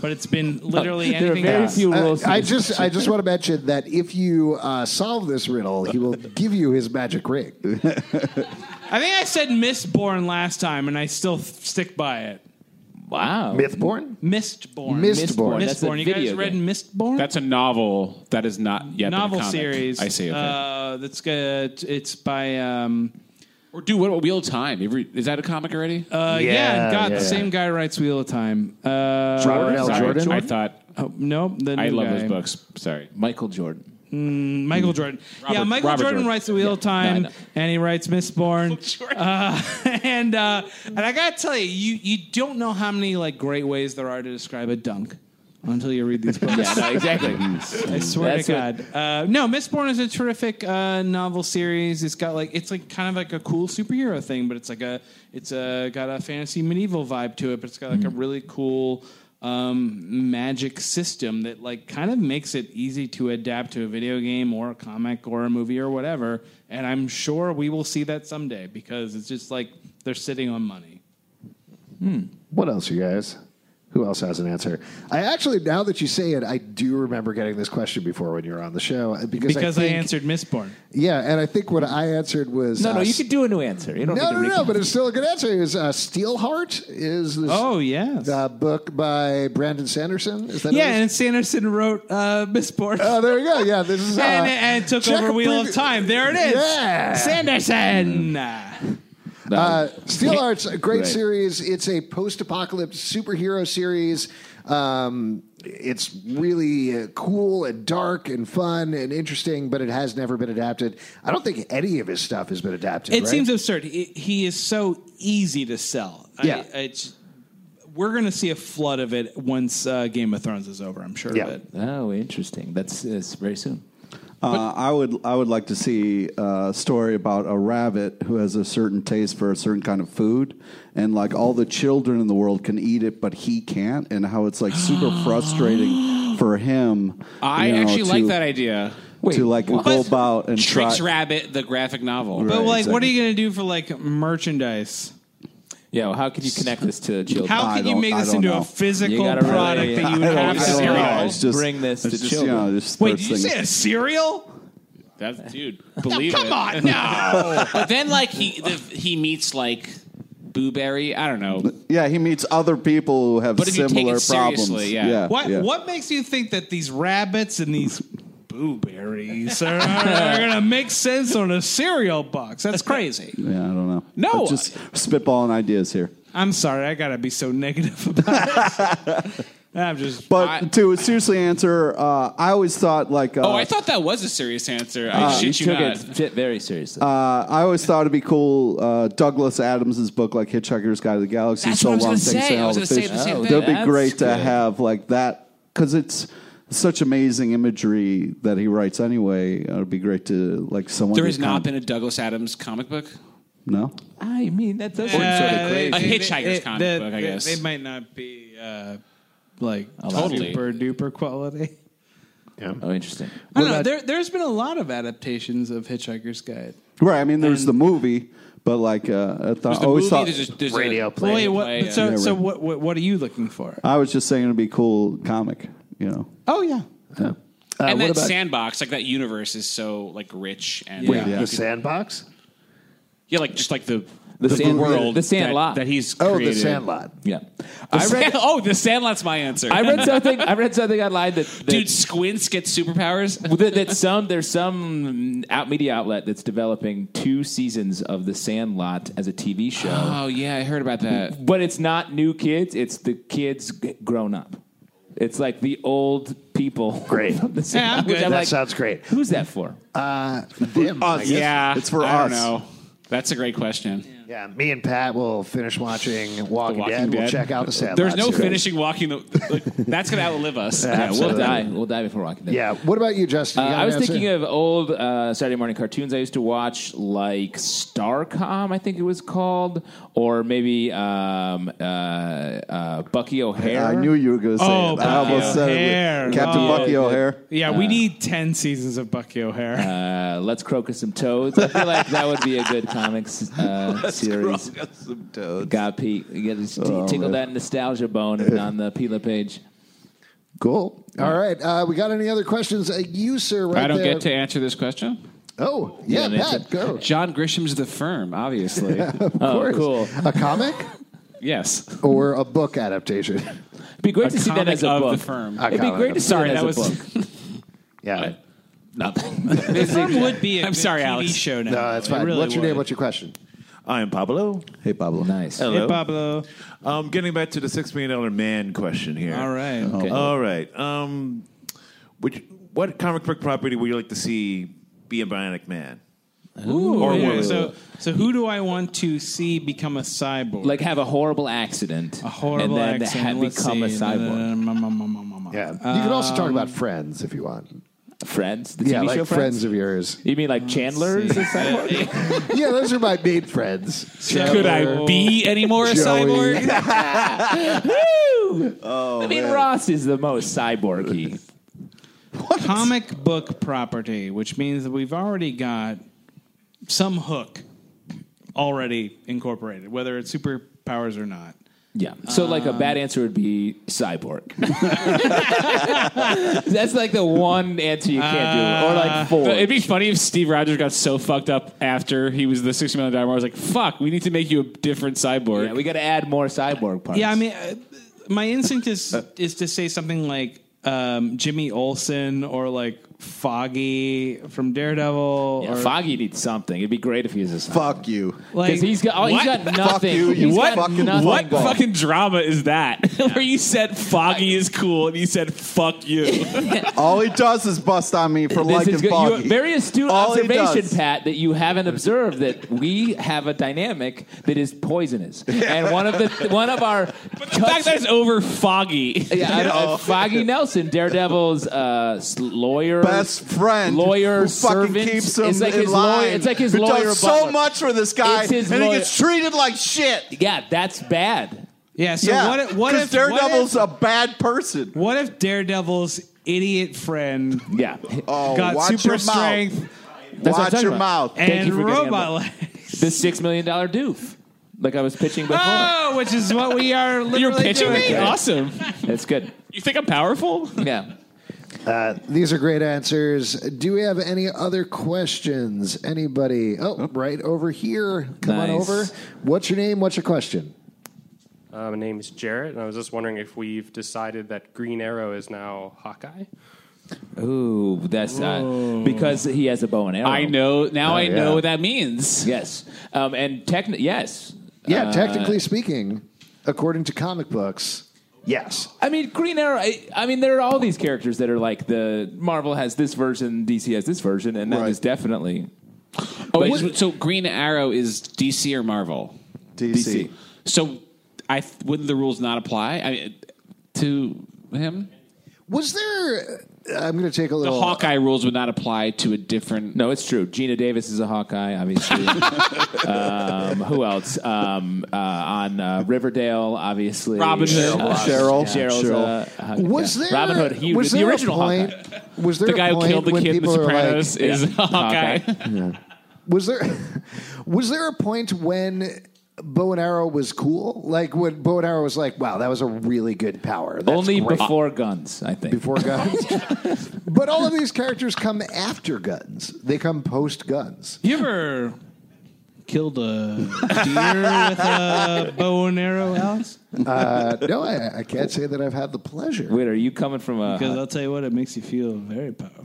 S5: But it's been literally
S1: There are
S5: anything.
S1: very
S5: else.
S1: few Uh, I, I just I just want to mention that if you uh, solve this riddle, he will give you his magic ring.
S5: I think I said Mistborn last time, and I still th- stick by it.
S2: Wow.
S1: Mythborn?
S5: Mistborn.
S8: Mistborn. That's a
S5: Mistborn. You guys
S8: video
S5: read
S8: game.
S5: Mistborn?
S8: That's a novel that is not yet been a
S5: novel
S8: comic.
S5: series.
S8: I see. Okay.
S5: Uh, that's good. It's by. Um,
S8: or do what? Wheel of Time. You re- Is that a comic already?
S5: Uh, yeah, God, the same guy writes Wheel of Time. Uh,
S8: Robert L. Sorry, Jordan? I
S5: thought. Oh, no, the
S8: I
S5: new
S8: love
S5: guy.
S8: those books. Sorry,
S2: Michael Jordan.
S5: Mm, Michael Jordan. yeah,
S8: Robert-
S5: Michael
S8: Robert
S5: Jordan,
S8: Jordan.
S5: writes The Wheel of
S8: Yeah. No, I
S5: Time,
S8: know.
S5: and he writes Mistborn. Uh, and uh, and I gotta tell you, you you don't know how many like great ways there are to describe a dunk until you read these books.
S2: Yeah, no, exactly.
S1: Mm,
S5: I swear
S2: That's
S5: to
S2: what-
S5: God. Uh, no, Mistborn is a terrific uh, novel series. It's got like it's like kind of like a cool superhero thing, but it's like a it's a got a fantasy medieval vibe to it, but it's got like
S1: Mm.
S5: a really cool um, magic system that like kind of makes it easy to adapt to a video game or a comic or a movie or whatever. And I'm sure we will see that someday because it's just like they're sitting on money.
S1: What else, you guys? Who else has an answer? I actually, now that you say it, I do remember getting this question before when you were on the show uh, because
S5: Because
S1: I,
S5: I,
S1: think,
S5: answered Mistborn.
S1: Yeah, and I think what I answered was uh,
S5: No, no, you
S2: could do a new answer. You don't
S1: no,
S2: need to
S1: no, no,
S2: recap.
S1: but it's still a good answer. Is uh, Steelheart is this, oh
S5: yes
S1: uh, book by Brandon Sanderson? Is that
S5: Yeah,
S1: It
S5: and Sanderson wrote uh, Mistborn.
S1: Oh, there we go. Yeah, this is uh,
S5: and, and it took
S1: check
S5: over
S1: a
S5: Wheel
S1: preview-
S5: of Time. There it is.
S1: Yeah.
S5: Sanderson.
S1: Uh, Steel Art's a great
S5: Right.
S1: series. It's a post-apocalypse superhero series. Um, it's really uh, cool and dark and fun and interesting, but it has never been adapted. I don't think any of his stuff has been adapted.
S5: It
S1: right?
S5: seems absurd. He- he is so easy to sell. I-
S1: Yeah.
S5: it's, we're going to see a flood of it once uh, Game of Thrones is over, I'm sure of it.
S2: Oh, interesting. That's it's very soon.
S3: Uh, I would I would like to see a story about a rabbit who has a certain taste for a certain kind of food, and like all the children in the world can eat it, but he can't, and how it's like super frustrating for him.
S8: I
S3: you know,
S8: actually like
S3: to-
S8: that idea.
S3: to like go about and
S8: Tricks
S3: try.
S8: Rabbit, the graphic novel.
S5: But, like, what are you going to do for, like, merchandise?
S2: Yeah, well, how can you connect this to children?
S5: How can you make this into a physical product that you would have to
S3: know.
S5: sell?
S3: It's just-
S2: bring this
S3: it's
S2: to
S3: just,
S2: children.
S3: you know, just
S5: Wait,
S3: first
S5: did you
S3: thing
S5: say
S3: is-
S5: a cereal?
S8: That's dude. Believe
S5: come
S8: it.
S5: on, no.
S8: but then like he the, he meets like Boo Berry. I don't know.
S3: Yeah, he meets other people who have
S8: But if you
S3: similar
S8: take it
S3: problems.
S8: seriously, yeah.
S5: What
S3: yeah.
S5: What makes you think that these rabbits and these blueberries are, are going to make sense on a cereal box? That's crazy.
S3: Yeah, I don't know.
S5: No,
S3: I'm just spitballing ideas here.
S5: I'm sorry, I gotta be so negative about it. I'm just.
S3: But to seriously answer, uh, I always thought like uh,
S8: oh, I thought that was a serious answer. I
S3: Uh,
S8: shit
S3: you
S8: you,
S3: took
S8: not.
S3: it
S2: very seriously.
S3: Uh, I always thought it'd be cool. Uh, Douglas Adams' book, like Hitchhiker's Guide to the Galaxy,
S8: That's
S3: so
S8: what I was
S3: long
S8: gonna
S3: things
S8: say.
S3: and
S8: I
S3: all
S8: was
S3: the
S8: gonna say
S3: fish. Oh,
S8: the same thing.
S3: That'd be
S8: That's
S3: great to
S8: good.
S3: have like that because it's such amazing imagery that he writes anyway. It'd be great to like someone.
S8: There
S3: who's
S8: has not
S3: kind
S8: been a Douglas Adams comic book.
S3: of- no.
S2: I mean, that does
S8: Or sort
S5: Uh,
S8: of crazy.
S5: they-
S8: A
S5: they-
S8: Hitchhiker's
S5: they-
S8: comic
S5: they-
S8: book, I
S5: they-
S8: guess.
S5: They might not be uh, like
S8: Allowed to.
S5: super duper quality.
S2: Oh, interesting.
S5: I don't know. There, there's been a lot of adaptations of Hitchhiker's Guide.
S3: Right. I mean, there's the movie, but like uh, I thought, I always thought
S5: Wait, what, so, so what, what? What are you looking for?
S3: I was just saying it'd be a cool comic. You know.
S5: Oh yeah.
S2: Uh,
S3: Yeah.
S8: and
S3: what
S8: that
S3: about-
S8: sandbox, like that universe, is so like rich and
S3: Wait, Yeah.
S8: You
S3: the
S8: could-
S1: sandbox.
S8: Yeah, like just like the
S2: The sand-
S8: world,
S2: the Sandlot.
S8: that, that he's
S2: Oh, the
S8: created.
S2: Sandlot. Yeah.
S8: The
S2: I read-
S8: Sand- oh, the Sandlot's my answer.
S2: I read something. I read something online that, that
S8: Dude, Squints gets superpowers.
S2: that, that some there's some out media outlet that's developing two seasons of The Sandlot as a TV show.
S8: Oh yeah, I heard about that.
S2: But it's not new kids; it's the kids g- grown up. It's like the old people.
S1: Great.
S2: Yeah, I'm good.
S1: That
S2: Like-
S1: sounds great.
S2: Who's that for?
S1: Uh, them, I guess.
S6: yeah,
S1: It's for
S6: I
S1: us.
S6: Don't know. That's a great question.
S1: Yeah, me and Pat will finish watching Walking,
S6: Walking
S1: Dead. We'll
S6: Dead.
S1: check out the Sandlot.
S6: There's no
S1: series.
S6: finishing walking. The, like, that's gonna outlive us.
S2: Yeah, we'll
S1: Absolutely.
S2: die. We'll die before Walking Dead.
S1: Yeah. What about you, Justin? You
S2: Uh,
S1: got
S2: I
S1: an
S2: was
S1: answer?
S2: thinking of old uh, Saturday morning cartoons I used to watch, like Starcom, I think it was called, or maybe um, uh, uh, Bucky O'Hare.
S3: I knew you were going to say
S5: Oh,
S3: it. I
S5: Bucky
S3: almost said it
S5: O'Hare.
S3: with Captain
S5: Oh.
S3: Bucky O'Hare.
S5: Yeah, we need 10 seasons of Bucky O'Hare.
S2: Uh, Let's Crocus Some Toads. I feel like that would be a good comics uh, series.
S3: Some toads.
S2: God, Pete, you got to
S1: Oh,
S2: tickle
S1: man.
S2: that nostalgia bone on the Pila page.
S1: Cool. All right. Uh, we got any other questions? Uh, you, sir, right
S6: I don't
S1: there.
S6: get to answer this question.
S1: Oh, yeah,
S6: You don't
S1: Pat,
S6: answer.
S1: go.
S6: John Grisham's The Firm, obviously.
S5: Oh,
S1: Of course.
S2: cool.
S1: A comic
S6: yes.
S1: or a book adaptation?
S2: It'd be great
S6: A
S2: to see that
S6: comic
S2: as a
S6: of
S2: book.
S6: The Firm.
S1: A
S2: It'd be
S1: comic
S2: great
S1: of The
S2: to see
S6: Sorry,
S2: that as
S6: that
S2: a
S6: was-
S2: book.
S1: Yeah.
S2: Nothing.
S5: The firm would be a
S6: I'm
S5: good
S6: sorry,
S5: TV
S6: Alex.
S5: show now.
S1: No, that's
S5: It
S1: fine.
S5: really
S1: what's your name?
S5: would.
S1: What's your question?
S10: I am Pablo.
S3: Hey, Pablo.
S2: nice.
S10: Hello.
S5: Hey, Pablo.
S10: Um, getting back to the six million dollar man question here.
S5: All right.
S2: Uh,
S10: All right. Um, would you, what comic book property would you like to see be a Bionic Man?
S5: Ooh,
S10: Or
S5: yeah,
S10: woman.
S5: so, so who do I want to see become a cyborg?
S2: Like have a horrible accident.
S5: a horrible
S2: And then
S5: accent.
S2: have
S5: Let's
S2: become a
S5: see. uh,
S2: cyborg.
S5: cyborg.
S3: Uh,
S1: Yeah. you can also talk
S3: um,
S1: about Friends if you want.
S2: Friends? The TV
S1: Yeah, like
S2: show
S1: friends? of yours.
S2: You mean like Chandler's a cyborg?
S1: yeah, those are my main friends.
S6: Could I be any more a
S1: Joey.
S6: cyborg?
S2: Woo! I mean, Ross is the most cyborgy.
S5: Comic book property, which means that we've already got some hook already incorporated, whether it's superpowers or not.
S2: Yeah. So, like, a bad answer would be cyborg. That's like the one answer you can't do, or like four.
S6: It'd be funny if Steve Rogers got so fucked up after he was the sixty million dollar. I was like, "Fuck, we need to make you a different cyborg."
S2: yeah, we got to add more cyborg parts.
S5: Yeah, I mean, uh, my instinct is
S2: Uh,
S5: is to say something like um, Jimmy Olsen or like Foggy from Daredevil.
S2: Yeah,
S5: or,
S2: Foggy needs something. It'd be great if he was a cyborg.
S3: Fuck you.
S5: like,
S2: Because he's got, oh, he's
S6: What?
S2: got nothing.
S3: you, you
S2: He's got
S3: fucking
S2: nothing
S6: what
S2: going.
S6: fucking drama is that? Where you said Foggy is cool and you said fuck you.
S3: All he does is bust on me for
S2: This
S3: liking
S2: is good. You,
S3: Foggy.
S2: very astute
S3: All he
S2: observation,
S3: does-
S2: Pat, that you haven't observed that we have a dynamic that is poisonous, and one of the one of our
S6: the fact that it's over Foggy.
S2: yeah, I- I- Foggy Nelson, Daredevil's uh, s- lawyer,
S3: Best friend
S2: lawyer,
S3: who fucking
S2: servant.
S3: keeps him
S2: it's like
S3: in
S2: his
S3: line.
S2: lawyer. It's like his
S3: who
S2: lawyer.
S3: does so
S2: butler.
S3: much for this guy,
S2: It's his
S3: and
S2: lawyer-
S3: he gets treated like shit.
S2: Yeah, that's bad.
S5: yeah. So
S3: yeah,
S5: what? if- What
S3: 'cause
S5: if
S3: Daredevil's
S5: What if,
S3: a bad person?
S5: what if Daredevil's idiot friend
S2: Yeah,
S3: Oh,
S5: got
S3: watch
S5: super
S3: your mouth.
S5: strength
S2: That's what I'm
S3: Watch
S2: talking
S3: your
S2: about.
S3: mouth.
S2: Thank you
S5: and
S2: for getting
S5: robot
S2: on
S5: legs?
S2: the six million dollar doof, like I was pitching before.
S5: Oh, which is what we are. Literally
S6: You're pitching
S5: doing.
S6: me? Awesome.
S2: That's good.
S6: You think I'm powerful?
S2: Yeah.
S1: Uh, These are great answers. Do we have any other questions? Anybody? Oh, right over here. Come on
S2: Nice.
S1: over. What's your name? What's your question?
S11: Uh, my name is Jarrett, and I was just wondering if we've decided that Green Arrow is now Hawkeye.
S2: Ooh, that's uh, because he has a bow and arrow.
S6: I know now. I know
S1: yeah.
S6: what that means.
S2: Yes. Um, and techni yes.
S1: Yeah,
S2: Uh,
S1: technically speaking, according to comic books, yes.
S2: I mean, Green Arrow. I, I mean, there are all these characters that are like the Marvel has this version, DC has this version, and that is
S3: Right.
S2: definitely
S6: Oh,
S2: But-
S6: is- so Green Arrow is DC or Marvel?
S3: DC.
S6: So, I th- wouldn't the rules not apply I, to him?
S1: Was there? uh, I'm going to take a
S6: The
S1: little.
S6: Hawkeye rules would not apply to a different.
S2: no. It's true. Gina Davis is a Hawkeye, obviously. um, who else? Um, uh, on uh, Riverdale, obviously.
S6: Robin Hood.
S3: Cheryl.
S2: Yeah, Cheryl's
S3: Cheryl.
S2: a Hawkeye.
S1: Was
S2: Yeah.
S1: there?
S2: Robin Hood? He
S1: was
S2: was the
S1: there a
S2: original
S1: point,
S2: Hawkeye.
S1: Was there
S6: The
S1: a
S6: guy who
S1: point
S6: killed the
S1: when
S6: kid in The
S1: people were like-
S6: Sopranos is
S2: Yeah.
S6: Hawkeye.
S1: Was there was there a point when bow and arrow was cool? Like when bow and arrow was like, wow, that was a really good power. That's
S2: Only
S1: great.
S2: before guns, I think.
S1: before guns. but all of these characters come after guns. They come post guns.
S5: You ever killed a deer with a bow and arrow, Alex?
S1: Uh, no, I, I can't say that I've had the pleasure.
S2: Wait, are you coming from a?
S5: Because I'll tell you what, it makes you feel very powerful.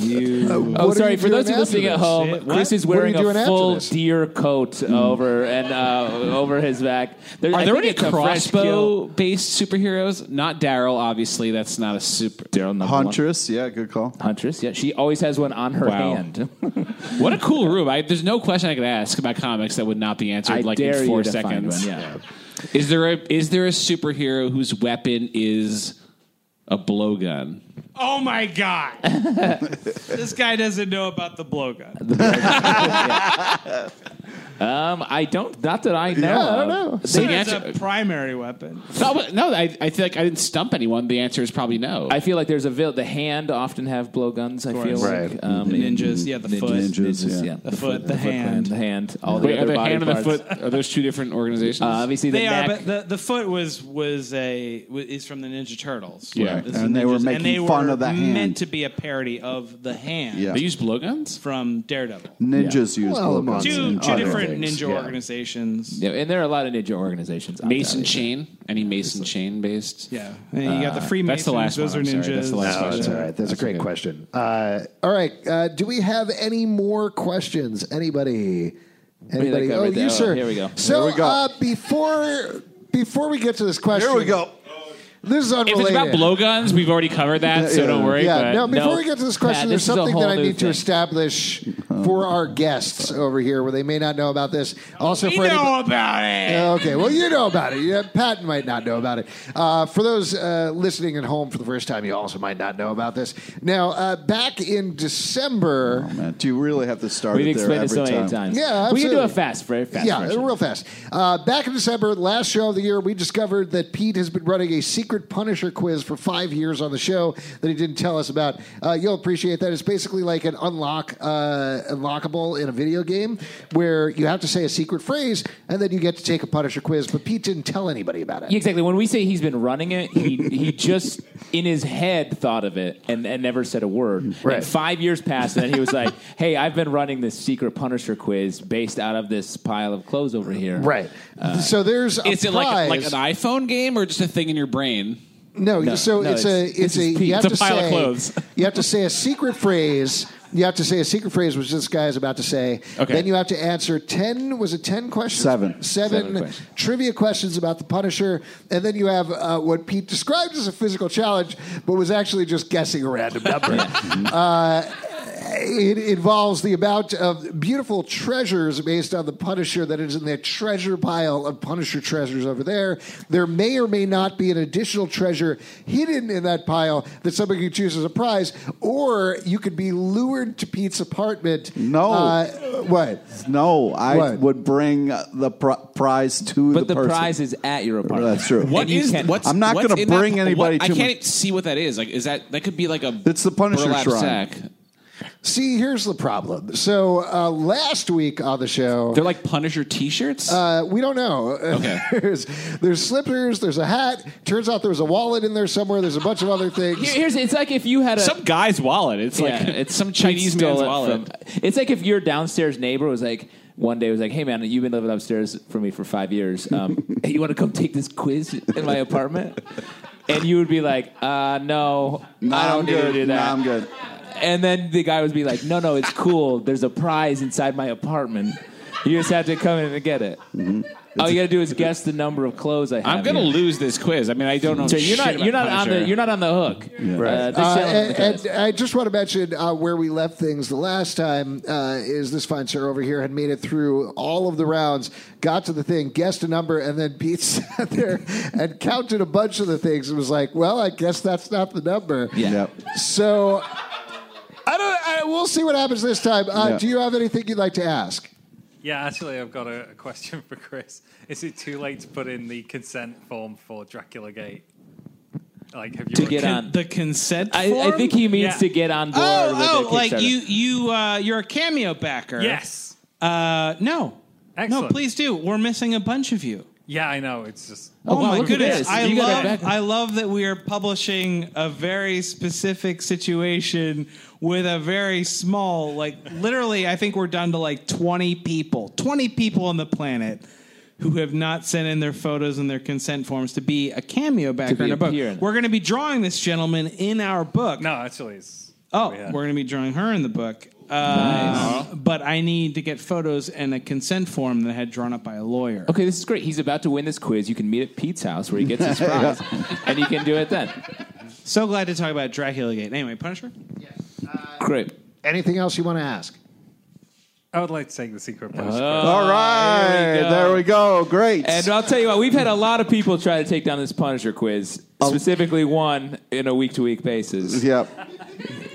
S2: you. Oh,
S5: what are
S2: sorry.
S5: you
S2: For those
S5: doing
S2: who listening
S5: after
S2: at
S5: this?
S2: home,
S5: Shit, what?
S2: Chris is
S5: What are
S2: wearing
S5: you
S2: a
S5: doing after
S2: full
S5: this?
S2: deer coat over and uh, over his back.
S6: Are
S2: I
S6: there
S2: think
S6: any
S2: it's a fresh kill.
S6: crossbow-based superheroes? Not Daryl, obviously. That's not a super. Daryl,
S2: Huntress,
S3: yeah, good call.
S2: Huntress, yeah. She always has one on her
S6: Wow.
S2: hand.
S6: What a cool room! I, there's no question I could ask about comics that would not be answered
S2: I
S6: like
S2: dare
S6: in
S2: you
S6: four
S2: to find
S6: seconds.
S2: one, yeah.
S6: Is there a is there a superhero whose weapon is a blowgun?
S5: Oh my god! this guy doesn't know about the blowgun.
S2: Um, I don't. Not that I know. of. So
S5: So
S2: the
S5: it's
S2: answer-
S5: a primary weapon.
S6: No, no I, I feel like I didn't stump anyone. The answer is probably no.
S2: I feel like there's a vil- the hand often have blowguns. I feel
S6: course.
S2: like
S6: Right. The ninjas, yeah, the foot. Ninjas, yeah. The foot, the hand.
S2: clan, the hand, all
S6: Wait,
S2: the
S6: are
S2: other
S6: the
S2: body
S6: hand and the
S2: parts.
S6: foot are those two different organizations?
S2: Uh, obviously, the
S5: they
S2: neck.
S5: are, but the, the foot was was a wa- is from the Ninja Turtles.
S3: Yeah.
S5: It's the
S3: And they were
S5: ninjas-
S3: making
S5: and they
S3: fun
S5: were
S3: of the hand.
S5: Meant to be a parody of the hand.
S3: Yeah. They use
S6: blowguns
S5: from Daredevil.
S3: Ninjas use
S5: Well,
S3: blowguns.
S5: Two
S3: and
S5: two
S3: other
S5: different
S3: things,
S5: ninja
S3: yeah.
S5: organizations.
S2: Yeah, and there are a lot of ninja organizations. out
S6: Mason
S2: there.
S6: chain? Any Mason chain based?
S5: Yeah, And you
S10: Uh,
S5: got the
S6: That's the
S5: Freemasons,
S6: last
S5: those
S6: one.
S5: are
S6: I'm sorry. That's the
S5: ninjas.
S6: last
S5: No,
S6: question.
S5: that's all
S1: right. That's, a great question. Uh, all right. Uh, do we have any more questions? Anybody? Anybody?
S2: that
S1: Oh,
S2: right there.
S1: you,
S2: Oh,
S1: sir.
S2: here we go.
S1: So
S2: Here we go.
S1: Uh, before before we get to this question, here we go. This is
S6: If
S1: unrelated.
S6: it's about blowguns, we've already covered that, so don't worry.
S1: Yeah.
S6: but
S1: Now, before we get to this question,
S2: Pat,
S1: there's
S2: this is a
S1: something
S2: whole
S1: that I
S2: new
S1: need to
S2: thing.
S1: establish
S2: Oh.
S1: for our guests over here, where they may not know about this. Also,
S5: We
S1: for anybody-
S5: know about it.
S1: Okay, well, you know about it. Yeah, Pat might not know about it. Uh, for those uh, listening at home for the first time, you also might not know about this. Now, uh, back in December.
S3: Man, do you really have to start
S2: We've
S3: it there
S2: explained
S3: every
S2: it so many
S3: time?
S2: times.
S1: Yeah,
S2: we can do
S1: absolutely.
S2: a fast, very fast.
S1: yeah,
S2: version.
S1: real fast. Uh, back in December, last show of the year, we discovered that Pete has been running a secret Punisher quiz for five years on the show that he didn't tell us about. Uh, you'll appreciate that. It's basically like an unlock, uh, unlockable in a video game where you have to say a secret phrase and then you get to take a Punisher quiz, but Pete didn't tell anybody about it.
S2: Yeah, exactly. When we say he's been running it, he he just in his head thought of it and, and never said a word.
S1: Right.
S2: And five years passed, and then he was like, "Hey, I've been running this secret Punisher quiz based out of this pile of clothes over here."
S1: Right. so there's a
S6: is it like like
S1: prize.
S6: an iPhone game or just a thing in your brain?
S1: No,
S6: No,
S1: so
S6: no,
S1: it's, a
S6: it's-
S1: it's
S6: this
S1: a
S6: is Pete.
S1: you have
S6: It's a
S1: to
S6: pile of
S1: say,
S6: clothes.
S1: You have to say a secret phrase. You have to say a secret phrase, which this guy is about to say.
S3: Okay.
S1: Then you have to answer ten. Was it ten questions?
S3: Seven.
S1: Seven,
S3: Seven questions.
S1: trivia questions about the Punisher, and then you have uh, what Pete described as a physical challenge, but was actually just guessing a random number. uh, it involves the amount of beautiful treasures based on the Punisher that is in that treasure pile of Punisher treasures over there. There may or may not be an additional treasure hidden in that pile that somebody could choose as a prize, or you could be lured to Pete's apartment.
S3: No.
S1: Uh, what?
S3: No, I
S1: What?
S3: would bring the pri- prize to
S2: But the
S3: person.
S2: prize is at your apartment.
S3: That's true.
S6: What is what's
S3: I'm not
S6: what's
S3: going to
S6: in that-
S3: bring anybody to
S6: what- I
S3: my-
S6: can't see what that is. Like, is that that could be like a
S3: It's the Punisher
S6: burlap
S3: shrine.
S6: sack.
S1: See, here's the problem. So uh, last week on the show,
S6: They're like Punisher T-shirts.
S1: Uh, we don't know.
S6: Okay.
S1: there's, there's slippers. There's a hat. Turns out there's a wallet in there somewhere. There's a bunch of other things.
S2: Here- here's it's like if you had a
S6: some guy's wallet. It's like
S2: Yeah,
S6: it's some
S2: he
S6: Chinese
S2: stole
S6: man's
S2: it
S6: wallet.
S2: from- it's like if your downstairs neighbor was like one day was like, "Hey man, you've been living upstairs for me for five years. Um, hey, you want to come take this quiz in my apartment?" And you would be like, uh, "No,
S3: Nah,
S2: I don't
S3: I'm
S2: need to
S3: good.
S2: do that.
S3: Nah, I'm good."
S2: And then the guy would be like, "No, no, it's cool. There's a prize inside my apartment. You just have to come in and get it." All you gotta do is guess the number of clothes I have.
S6: I'm gonna
S2: here.
S6: lose this quiz. I mean, I don't know.
S2: So you're
S6: shit
S2: not
S6: about
S2: you're not on
S6: Punisher.
S2: the you're not on the hook. Uh, this
S1: Uh,
S2: gentleman-
S1: and, and I just want to mention uh, where we left things the last time uh, is this fine sir over here had made it through all of the rounds, got to the thing, guessed a number, and then Pete sat there and counted a bunch of the things and was like, "Well, I guess that's not the number."
S2: Yeah.
S1: So I don't. I, we'll see what happens this time. Uh,
S3: Yeah.
S1: Do you have anything you'd like to ask?
S12: Yeah, actually, I've got a, a question for Chris. Is it too late to put in the consent form for Dracula Gate? Like, have you
S2: To get on.
S5: The consent.
S2: I- I
S5: form?
S2: think he means to get on board
S5: Oh,
S2: with the
S5: oh, like
S2: Kickstarter.
S5: you, you, uh, you're a cameo backer.
S12: Yes.
S5: Uh, no. No,
S12: Excellent.
S5: please do. We're missing a bunch of you.
S12: Yeah, I know. It's just.
S5: Oh, my goodness! I
S12: You gotta
S5: love,
S12: back-
S5: I love that we are publishing a very specific situation with a very small, like literally, I think we're down to like twenty people, twenty people on the planet who have not sent in their photos and their consent forms to be a cameo backer in our book.
S12: appear in it.
S5: We're going to be drawing this gentleman in our book.
S12: No, actually, it's
S5: Oh, we're going to be drawing her in the book. Uh,
S2: Nice.
S5: But I need to get photos and a consent form that I had drawn up by a lawyer.
S2: Okay, this is great. He's about to win this quiz. You can meet at Pete's house where he gets his prize, and you can do it then.
S5: So glad to talk about Dracula Gate. Anyway, Punisher?
S2: Great.
S1: Anything else you want to ask?
S12: I would like to take the secret
S2: Uh-huh.
S12: place.
S5: Oh,
S2: All right,
S3: there we go. Great.
S2: And
S5: uh,
S2: I'll tell you what, we've had a lot of people try to take down this Punisher quiz, specifically one in a week to week basis.
S3: Yep.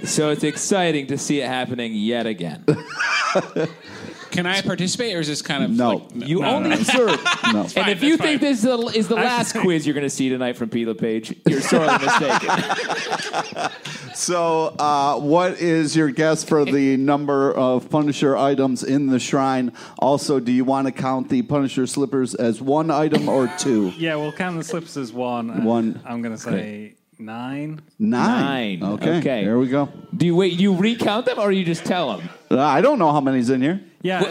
S2: So it's exciting to see it happening yet again.
S6: Can I participate, or is this kind of
S2: No.
S6: Like,
S2: You only observe.
S3: No.
S2: and if you think this is the, is the last quiz you're going to see tonight from Pete LePage, you're sorely mistaken.
S3: So, uh, what is your guess for the number of Punisher items in the shrine? Also, do you want to count the Punisher slippers as one item or two?
S12: Yeah, we'll count the slips as one. and
S3: One.
S12: I'm going to say nine.
S3: Nine.
S2: Nine.
S3: Okay.
S2: Okay.
S3: There we go.
S2: Do you wait? You recount them, or you just tell them?
S3: Uh, I don't know how many's in here.
S12: Yeah.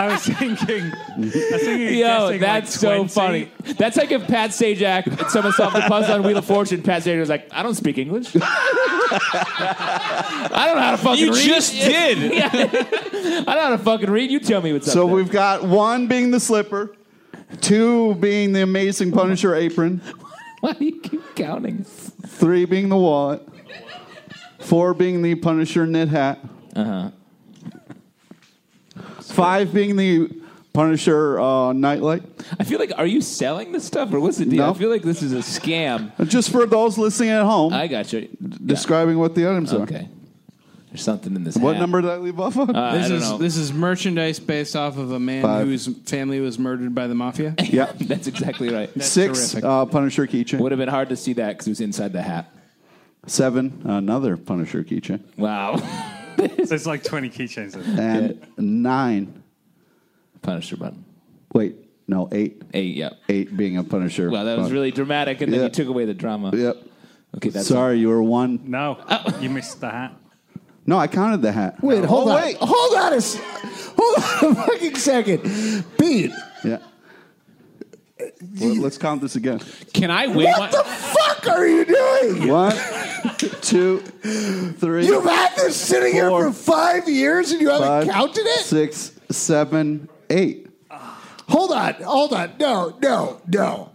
S12: I was thinking. I was thinking
S2: Yo,
S12: guessing,
S2: that's so
S12: like, 20.
S2: funny. That's like if Pat Sajak, someone solved the puzzle on Wheel of Fortune, Pat Sajak was like, I don't speak English. I don't know how to fucking
S6: You
S2: read.
S6: just did.
S2: Yeah. I don't know how to fucking read. You tell me what's
S3: So
S2: up. there.
S3: we've got one being the slipper, two being the amazing Punisher apron,
S2: Why do you keep counting?
S3: three being the wallet, four being the Punisher knit hat,
S2: uh-huh.
S3: five being the Punisher uh, nightlight.
S2: I feel like, are you selling this stuff, or what's the deal?
S3: No.
S2: I feel like this is a scam.
S3: Just for those listening at home,
S2: I got you.
S3: describing what the items are.
S2: Okay. There's something in this.
S3: What
S2: hat.
S3: number did I leave off on?
S2: Uh, I
S5: this
S2: don't
S5: is
S2: know.
S5: this is merchandise based off of a man
S3: Five.
S5: whose family was murdered by the mafia.
S3: Yeah.
S2: That's exactly right.
S3: Six uh, Punisher keychain.
S2: Would have been hard to see that because it was inside the hat.
S3: Seven, another Punisher keychain.
S2: Wow.
S12: There's like 20 keychains in there.
S3: And nine.
S2: Punisher button.
S3: Wait, no, eight.
S2: Eight, yep.
S3: Eight being a Punisher.
S2: Wow, that was
S3: button.
S2: really dramatic, and then
S3: Yeah.
S2: you took away the drama.
S3: Yep.
S2: Okay, that's
S3: Sorry, you were one.
S12: No, you missed the hat.
S3: No, I counted the hat.
S1: Wait, hold
S3: Oh,
S1: on.
S3: Wait.
S1: Hold on a, s- hold on a fucking second. Pete,
S3: Yeah. Well, let's count this again.
S6: Can I win?
S1: what
S6: one-
S1: the fuck are you doing?
S3: One, two, three.
S1: You've had this sitting here for
S3: Four.
S1: five years and you haven't
S3: five,
S1: counted it?
S3: Six, seven, eight.
S1: Hold on, hold on. No, no, no.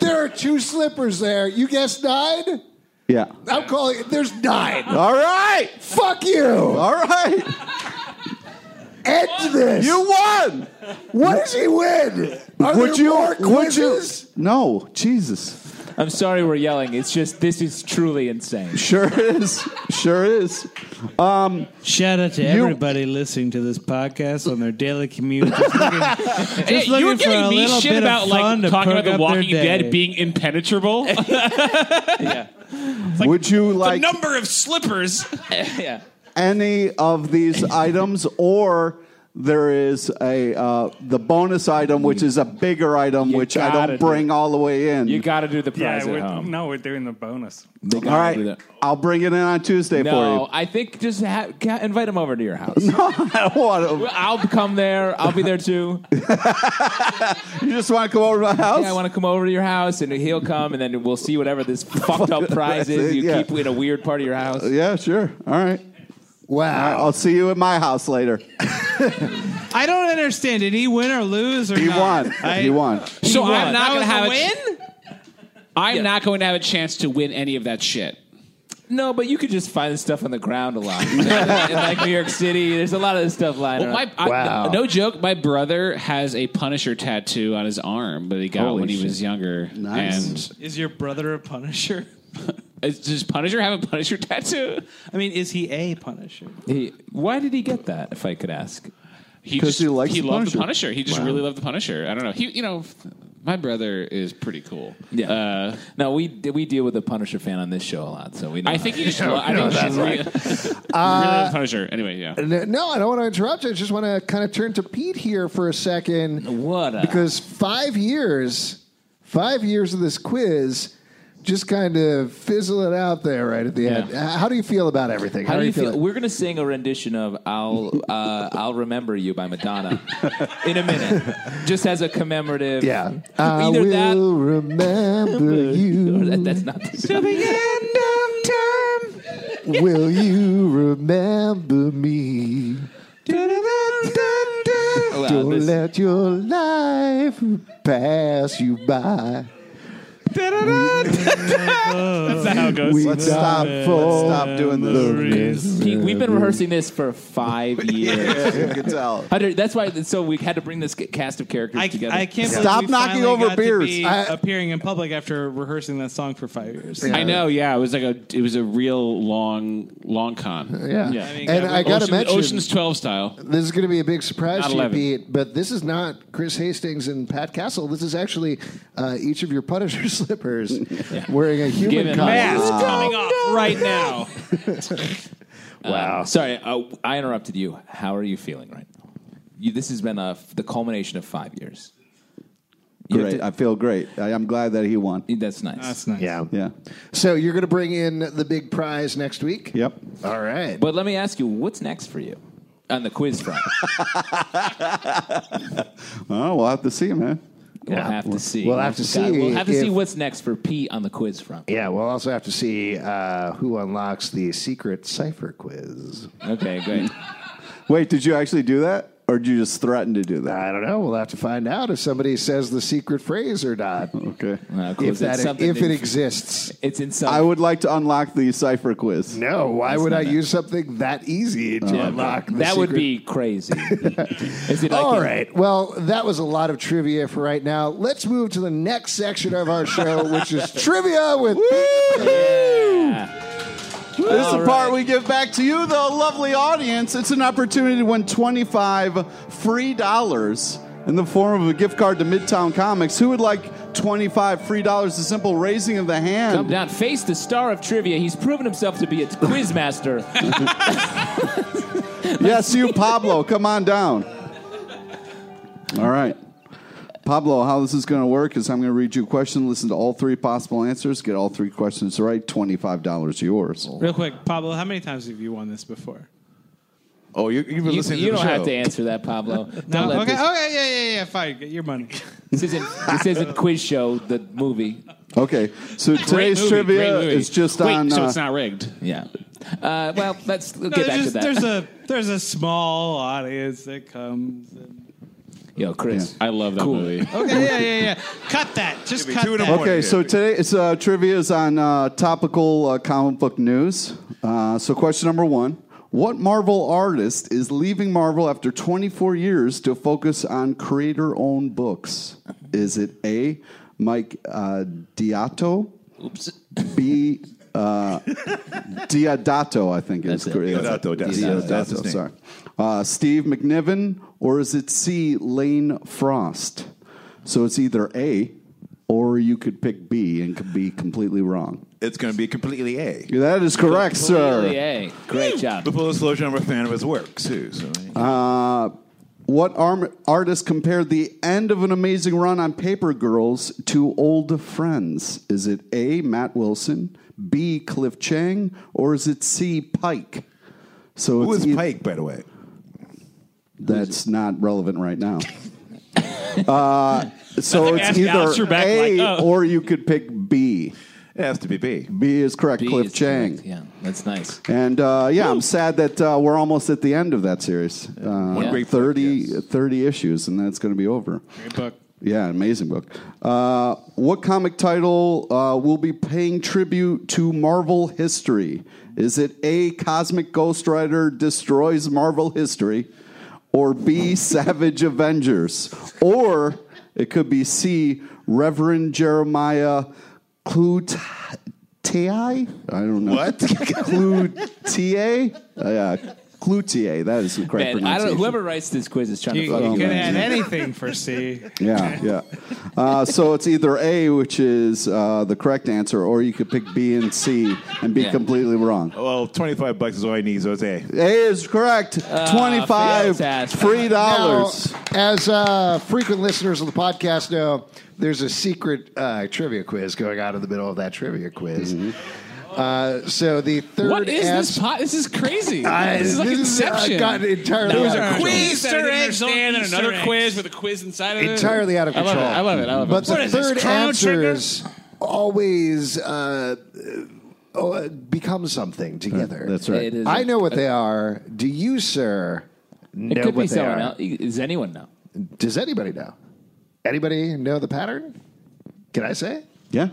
S1: There are two slippers there. You guessed nine?
S3: Yeah.
S1: I'm calling it. There's nine.
S3: All right.
S1: Fuck you.
S3: All right.
S1: End this.
S3: You won.
S1: what does he win? Are
S3: would
S1: there
S3: you?
S1: more
S3: would you?
S1: quizzes?
S3: No, Jesus.
S2: I'm sorry we're yelling. It's just, this is truly insane.
S3: Sure is. Sure is. Um,
S5: Shout out to everybody listening to this podcast on their daily commute. Just looking, just
S6: Hey, you were
S5: looking for
S6: giving
S5: a
S6: me
S5: little
S6: shit
S5: bit
S6: about
S5: of
S6: like
S5: fun to
S6: talking
S5: perk
S6: about The
S5: up their
S6: Walking
S5: day.
S6: Dead being impenetrable.
S3: would you
S6: the
S3: like
S6: number of slippers.
S2: yeah.
S3: any of these items, or there is a uh, the bonus item, which is a bigger item, which I
S2: gotta
S3: don't bring all the way in.
S2: You got to do the
S12: Yeah,
S2: prize at
S12: we're,
S2: home.
S12: no, we're doing the bonus.
S2: They
S3: all
S2: gotta do
S3: right,
S2: that.
S3: I'll bring it in on Tuesday
S2: No,
S3: for
S2: I think just ha- ca- invite him over to your house.
S3: you. I don't want
S2: I'll come there. I'll be there too.
S3: to. You just want to come over to my house?
S2: Yeah, I want to come over to your house, and he'll come, and then we'll see whatever this fucked up prize is you
S3: Yeah.
S2: keep in a weird part of your house.
S3: Yeah, sure. All right. All right,
S1: Wow.
S3: I'll see you at my house later.
S5: I don't understand. Did he win or lose? Or
S3: He
S5: not?
S3: won.
S5: I-
S3: He won.
S6: so I'm
S2: won.
S6: not going to
S5: That
S6: have
S5: was
S6: a win. I'm not going to have a chance to win any of that
S2: Uh,
S6: shit.
S2: No, but you could just find stuff on the ground a lot. in like New York City, there's a lot of this stuff lying
S6: Well,
S2: around.
S6: my, I-
S1: Wow.
S6: no joke. My brother has a Punisher tattoo on his arm that he got
S3: Holy
S6: when he
S3: shit.
S6: was younger.
S3: Nice.
S6: And
S5: Is your brother a Punisher?
S6: is, does Punisher have a Punisher tattoo?
S5: I mean, is he a Punisher?
S2: He- why did he get that, if I could ask?
S6: He
S3: 'Cause
S6: just
S3: he likes the
S6: loved
S3: Punisher.
S6: the Punisher. He just
S3: Wow.
S6: really loved the Punisher. I don't know. He you know, my brother is pretty cool.
S2: Yeah.
S6: Uh,
S2: No, we we deal with a Punisher fan on this show a lot, so we. Know
S6: I
S2: how
S6: think
S2: it
S6: he
S2: is.
S6: just. lo- I think he's really, really loved Punisher. Anyway, yeah.
S1: No, I don't want to interrupt. I just want to kind of turn to Pete here for a second.
S2: What a-
S1: Because five years, five years of this quiz, just kind of fizzle it out there right at the end. Uh, How do you feel about everything?
S2: How do you feel? We're gonna sing a rendition of "I'll uh, I'll Remember You" by Madonna in a minute, just as a commemorative.
S1: Yeah. I
S2: Hmm. either
S1: will
S2: that.
S1: remember you.
S2: Or that- that's not the
S1: Till the end of time. will you remember me?
S2: Wow,
S1: Don't
S2: this-
S1: let your life pass you by.
S2: That's not how it
S1: goes. We Let's died stop- let's for stop doing this. memories.
S2: Pete, we've been rehearsing this for five years.
S3: Yeah, you can tell.
S2: I don't- that's why. So we had to bring this cast of characters
S5: I,
S2: together.
S5: I can't believe we finally got to be appearing in public after rehearsing that song for five years.
S6: I know. Yeah, it was like a it was a real long long con.
S1: Yeah. And I gotta
S6: Ocean-
S1: mention-
S6: Ocean's Twelve style.
S1: This is going to be a big surprise
S6: Not
S1: to you,
S6: 11.
S1: Pete, but this is not Chris Hastings and Pat Castle. This is actually uh, each of your Punisher slippers wearing a human
S2: Given
S1: costume.
S2: mask coming
S6: off right now.
S2: wow. sorry, uh, I interrupted you. How are you feeling right now? You, this has been a, the culmination of five years.
S3: Great. I feel great. I, I'm glad that he won.
S2: uh, That's nice.
S3: That's
S1: nice. Yeah.
S3: Yeah.
S1: So you're going to bring in the big prize next week?
S3: Yep.
S1: All right.
S2: But let me ask you, what's next for you on the quiz front?
S3: Oh, we'll have to see, man.
S2: We'll have to see.
S1: We'll have to
S2: God,
S1: see
S2: We'll have to see
S1: if-
S2: what's next for Pete on the quiz front.
S1: Yeah, we'll also have to see uh, who unlocks the secret cipher quiz.
S2: Okay, great.
S3: Wait, did you actually do that? Or did you just threaten to do that?
S1: I don't know. We'll have to find out if somebody says the secret phrase or not.
S3: Okay.
S2: cool.
S1: If,
S2: Is
S1: that,
S2: that something
S1: if it
S2: that-
S1: exists.
S2: It's inside.
S3: I would like to unlock the cipher quiz.
S1: No, why would I use something that easy
S2: Oh,
S1: to
S3: Yeah,
S1: unlock? The
S2: that would
S1: secret-
S2: be crazy. Is it like
S1: All
S2: a-
S1: right. Well, that was a lot of trivia for right now. Let's move to the next section of our show, which is trivia with.
S3: This is the part we give back to you, the lovely audience. It's an opportunity to win 25 free dollars in the form of a gift card to Midtown Comics. Who would like 25 free dollars? The simple raising of the hand.
S2: Come down, face the star of trivia. He's proven himself to be a quiz master.
S3: yes, you, Pablo. Come on down. All right. Pablo, how this is going to work is I'm going to read you a question, listen to all three possible answers, get all three questions right. $25 yours.
S5: Real quick, Pablo, how many times have you won this before?
S3: Oh, you, you've
S2: you you don't have to answer that, Pablo. Don't
S5: No,
S2: let
S5: okay, oh.
S2: this,
S5: okay, yeah, yeah, yeah. Fine, get your money.
S2: this isn't this isn't quiz show. The movie.
S3: Okay, so
S2: Great
S3: today's
S2: movie,
S3: trivia
S2: great movie.
S3: is just
S2: Wait,
S3: on. uh,
S2: so it's
S6: not rigged.
S2: Yeah. Uh, well, let's
S5: No,
S2: get back
S5: there's,
S2: to that.
S5: there's a there's a small audience that comes. And...
S2: Yo, Chris,
S6: I love that movie.
S5: Okay, yeah, yeah, yeah. Cut that. Just cut that.
S3: Okay, so today's uh, trivia is on uh, topical uh, comic book news. Uh, so, question number one What Marvel artist is leaving Marvel after 24 years to focus on creator owned books? Is it A, Mike uh, Diato?
S2: Oops.
S3: B, uh, Diodato, I think is correct.
S10: Diodato, that's-
S3: Diodato,
S10: that's his name.
S3: sorry. Uh, Steve McNiven, or is it C, Lane Frost? So it's either A, or you could pick B and could be completely wrong.
S10: It's going to be completely A.
S3: That is correct,
S10: Completely
S2: A.
S3: sir.
S2: Great job.
S10: The full disclosure, I'm a fan of his work, too. So.
S3: Uh, what arm- artist compared the end of an amazing run on Paper Girls to old friends? Is it A, Matt Wilson, B, Cliff Chang, or is it C, Pike? So
S10: Who
S3: it's
S10: is
S3: eith-
S10: Pike, by the way?
S3: That's not relevant right now. uh, so
S10: Nothing
S3: it's
S10: asking
S3: either
S10: Alistair back
S3: A
S10: like, oh.
S3: or you could pick B.
S10: It has to be B.
S3: B is correct,
S2: B
S3: Cliff
S2: is
S3: Chang.
S2: correct. Yeah, that's nice.
S3: And uh, yeah, I'm sad that uh, we're almost at the end of that series. Uh,
S2: One great
S3: 30, 30 issues, and that's going to be over.
S5: Great book.
S3: Yeah, amazing book. Uh, what comic title uh, will be paying tribute to Marvel history? Is it A, Cosmic Ghost Rider Destroys Marvel History, or B, Savage Avengers? Or it could be C, Reverend Jeremiah Clutie? I don't know.
S10: What?
S3: Clutie? Uh, yeah. Cloutier. That is the correct
S2: Man, I
S3: pronunciation.
S2: don't know. Whoever writes this quiz is trying
S5: You,
S2: to
S5: you
S2: fuck
S5: could
S2: me.
S5: add anything for C.
S3: Yeah, yeah. Uh, so it's either A, which is uh, the correct answer, or you could pick B and C and be
S10: Yeah.
S3: completely wrong.
S10: Well, 25 bucks is all I need, so it's A.
S3: A is
S8: Uh,
S3: correct. Twenty-five free dollars.
S1: Now, as uh, frequent listeners of the podcast know, there's a secret uh, trivia quiz going on in the middle of that trivia quiz.
S6: Mm-hmm.
S1: Uh, so the third
S8: What is this
S1: ans-
S8: pot? This is crazy.
S1: I-
S8: this is like
S1: this is, uh,
S8: Inception.
S1: gotten entirely There was out a of quiz
S8: Easter
S6: that I didn't
S8: eggs on
S6: understand and
S8: Easter
S6: another
S8: eggs.
S6: quiz with a quiz inside of it.
S1: entirely out of control.
S6: I love it. I love it. I love it.
S1: But
S6: What
S1: the
S6: is this,
S1: third
S6: Chrono Trigger?
S1: answers always uh, uh, oh, become something together.
S3: That's right. It is.
S1: I know what they are. Do you, sir, know
S2: could be
S1: what they
S2: someone
S1: are?
S2: else. Does anyone know?
S1: Does anybody know? Anybody know the pattern? Can I say?
S3: Yeah.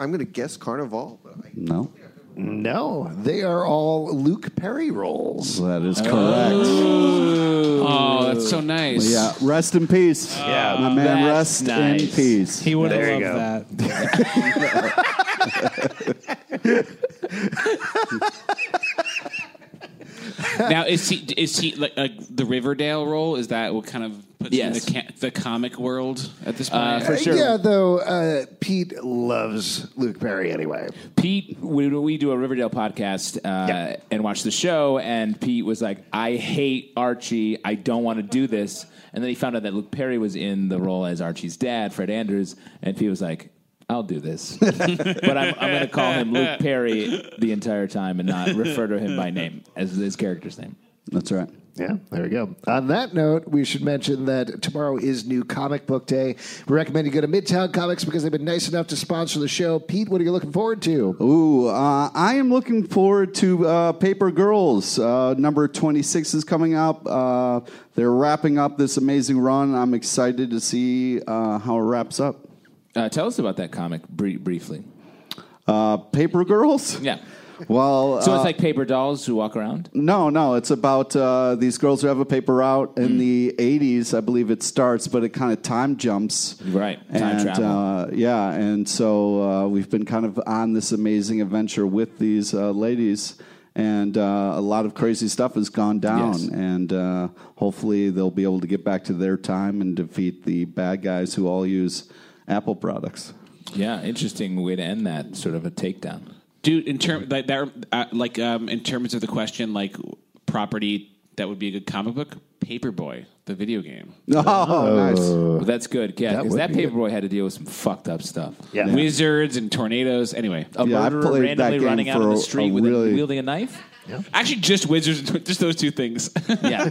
S7: I'm going to guess Carnival. but I-
S3: No.
S1: No, they are all Luke Perry rolls.
S3: That is correct.
S8: Oh, that's so nice.
S3: Yeah. Rest in peace.
S8: Yeah,
S3: My man,
S8: that's
S3: rest in
S8: nice.
S3: peace.
S8: He
S5: would've
S3: There you
S5: loved
S3: go.
S6: now is he is he like uh, the Riverdale role? Is that what kind of puts you
S2: Yes.
S6: in the, ca- the comic world at this
S8: Uh,
S6: point?
S1: Yeah, though uh, Pete loves Luke Perry anyway.
S2: Pete, we, we do a Riverdale podcast uh, and watch the show, and Pete was like, I hate Archie. I don't want to do this. And then he found out that Luke Perry was in the role as Archie's dad, Fred Andrews, and Pete was like, I'll do this. but I'm, I'm going to call him Luke Perry the entire time and not refer to him by name as his character's name.
S3: That's right.
S1: Yeah, there we go. On that note, we should mention that tomorrow is new comic book day. We recommend you go to Midtown Comics because they've been nice enough to sponsor the show. Pete, what are you looking forward to?
S3: Ooh, uh, I am looking forward to uh, Paper Girls. Uh, number 26 is coming up. Uh, they're wrapping up this amazing run. I'm excited to see uh, how it wraps up.
S2: Uh, tell us about that comic br- briefly.
S3: Uh, Paper Girls?
S2: Yeah.
S3: Well,
S2: So
S3: uh,
S2: it's like paper dolls who walk around?
S3: No, no, it's about uh, these girls who have a paper route
S2: Mm.
S3: in the 80s. I believe it starts, but it kind of time jumps.
S2: Right. Time
S3: and,
S2: travel.
S3: Uh, yeah, and so uh, we've been kind of on this amazing adventure with these uh, ladies, and uh, a lot of crazy stuff has gone down.
S2: Yes.
S3: And uh, hopefully, they'll be able to get back to their time and defeat the bad guys who all use Apple products.
S2: Yeah, interesting way to end that sort of a takedown.
S6: Dude, in term like that, uh, like um, in terms of the question, like property that would be a good comic book, Paperboy, the video game.
S3: Oh, nice.
S2: Well, that's good. Yeah,
S6: That
S2: because
S6: would
S2: that,
S6: be good.
S2: paperboy had to deal with some fucked up stuff.
S6: Yeah. Wizards and tornadoes. Anyway,
S2: A
S6: I
S2: murderer
S6: played that
S2: randomly
S6: game
S2: running out
S6: for
S2: on
S6: a-
S2: the street
S6: a
S2: with
S6: really-
S2: a, wielding a knife.
S6: Actually, just wizards and tor- just those two things.
S2: yeah,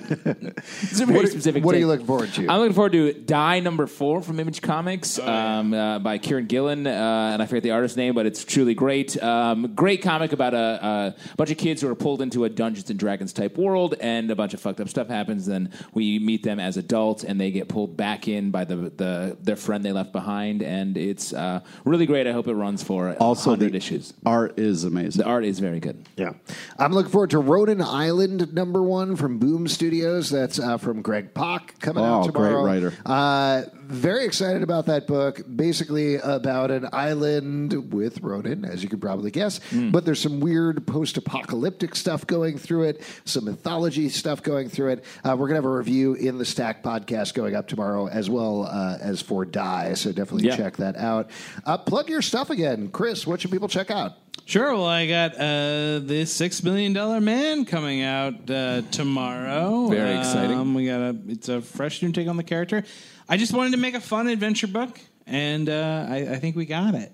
S2: it's a very
S6: What are-
S2: specific.
S6: what are
S2: take.
S6: you looking forward to?
S2: I'm looking forward to Die Number Four from Image Comics um, uh, by Kieran Gillen, uh, and I forget the artist's name, but it's truly great. Um, great comic about a, a bunch of kids who are pulled into a Dungeons and Dragons type world, and a bunch of fucked up stuff happens. Then we meet them as adults, and they get pulled back in by the the their friend they left behind, and it's uh, really great. I hope it runs for also the issues.
S3: Art is amazing. The
S2: art is very good.
S1: Yeah. I'm looking forward to Ronan Island number one from Boom Studios. That's uh, from Greg Pak coming out
S3: Oh, great
S1: tomorrow.
S3: writer.
S1: Uh, very excited about that book. Basically about an island with Ronan, as you could probably guess.
S3: Hmm.
S1: But there's some weird post-apocalyptic stuff going through it, some mythology stuff going through it. Uh, we're gonna have a review in the Stack podcast going up tomorrow, as well uh, as for Die. So definitely
S5: Yeah.
S1: check that out. Uh, plug your stuff again, Chris. What should people check out?
S5: Sure. Well, I got uh, the Six Million Dollar Man coming out uh, tomorrow.
S2: Very exciting.
S5: Um, we got a. It's a fresh new take on the character. I just wanted to make a fun adventure book, and uh, I, I think we got it.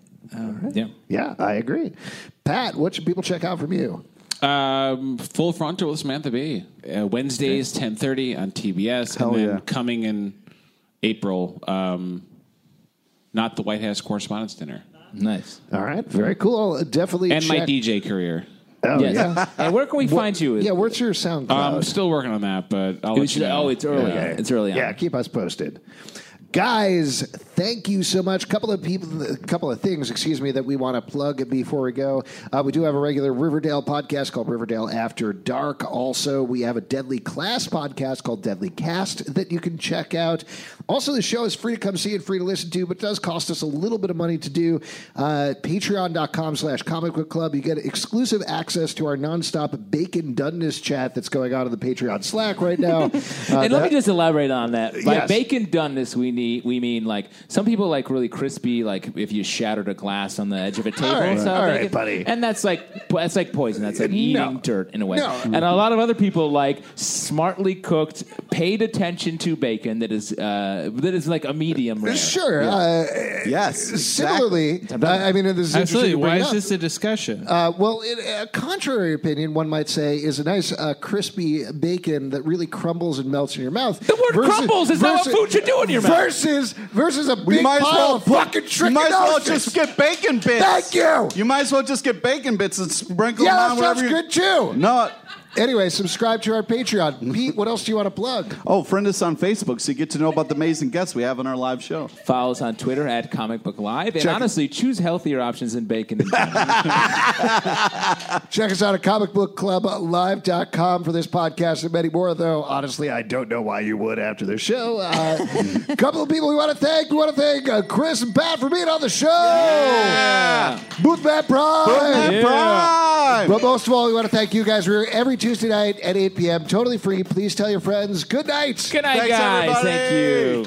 S2: Yeah.
S1: Yeah, I agree. Pat, what should people check out from you?
S6: Um, Full Frontal with Samantha Bee. Uh, Wednesdays, 10.30 on TBS.
S3: Hell
S6: and then
S3: yeah.
S6: coming in April, um, not the White House Correspondence Dinner.
S2: Nice.
S1: All right. Very cool. Definitely
S6: And my
S1: check-
S6: DJ career.
S1: Oh, yeah.
S2: and where can we find you?
S1: Yeah, where's your SoundCloud?
S6: Um, I'm still working on that, but I'll
S2: We
S6: let
S2: should-
S6: you know.
S2: oh, it's early.
S6: Yeah.
S2: It's early on.
S1: Yeah, keep us posted. Guys, thank you so much. Couple of people, a couple of things, excuse me, that we want to plug before we go. Uh, we do have a regular Riverdale podcast called Riverdale After Dark. Also, we have a Deadly Class podcast called Deadly Cast that you can check out. Also, the show is free to come see and free to listen to, but it does cost us a little bit of money to do. Uh, Patreon.com slash Comic Book Club. You get exclusive access to our nonstop Bacon Dundas chat that's going on in the Patreon Slack right now. Uh,
S2: and let me
S1: that-
S2: just elaborate on that. By
S1: Yes.
S2: bacon doneness, we need we mean like some people like really crispy, like if you shattered a glass on the edge of a table.
S1: All right,
S2: so
S1: all right,
S2: bacon-
S1: buddy.
S2: And that's like that's like poison. That's like eating dirt in a way.
S1: No.
S2: And a lot of other people like smartly cooked, paid attention to bacon that is uh, that is like a medium rare.
S1: Sure. Uh,
S2: Yes,
S1: Similarly, I I mean, this is interesting to
S5: Absolutely.
S1: bring
S5: Why is
S1: up.
S5: this a discussion?
S1: Uh, well, it, a contrary opinion, one might say, is a nice uh, crispy bacon that really crumbles and melts in your mouth. The word
S2: crumbles is not what food should do in your mouth.
S1: Versus, versus a big
S3: We might as
S1: pile
S3: well
S1: of fucking
S3: You
S1: trick.
S3: might as well just get bacon bits.
S1: Thank you.
S3: You might as well just get bacon bits and sprinkle
S1: Yeah,
S3: them
S1: that
S3: on whatever
S1: sounds
S3: you.
S1: good too.
S3: No.
S1: Anyway, subscribe to our Patreon. Pete, what else do you want to plug?
S3: Oh, friend us on Facebook so you get to know about the amazing guests we have on our live show.
S2: Follow us on Twitter at Comic Book Live, and
S3: Check it.
S2: honestly, choose healthier options than bacon. And bacon.
S1: Check us out at comicbookclublive.com for this podcast and many more, though honestly, I don't know why you would after this show. A couple of people we want to thank. We want to thank uh, Chris and Pat for being on the show. Booth Matt Prime.
S3: Booth Matt Yeah. Prime.
S1: But most of all, we want to thank you guys. We're here every Tuesday night at 8 p.m. Totally free. Please tell your friends. Good night.
S2: Good night, guys. Thank you.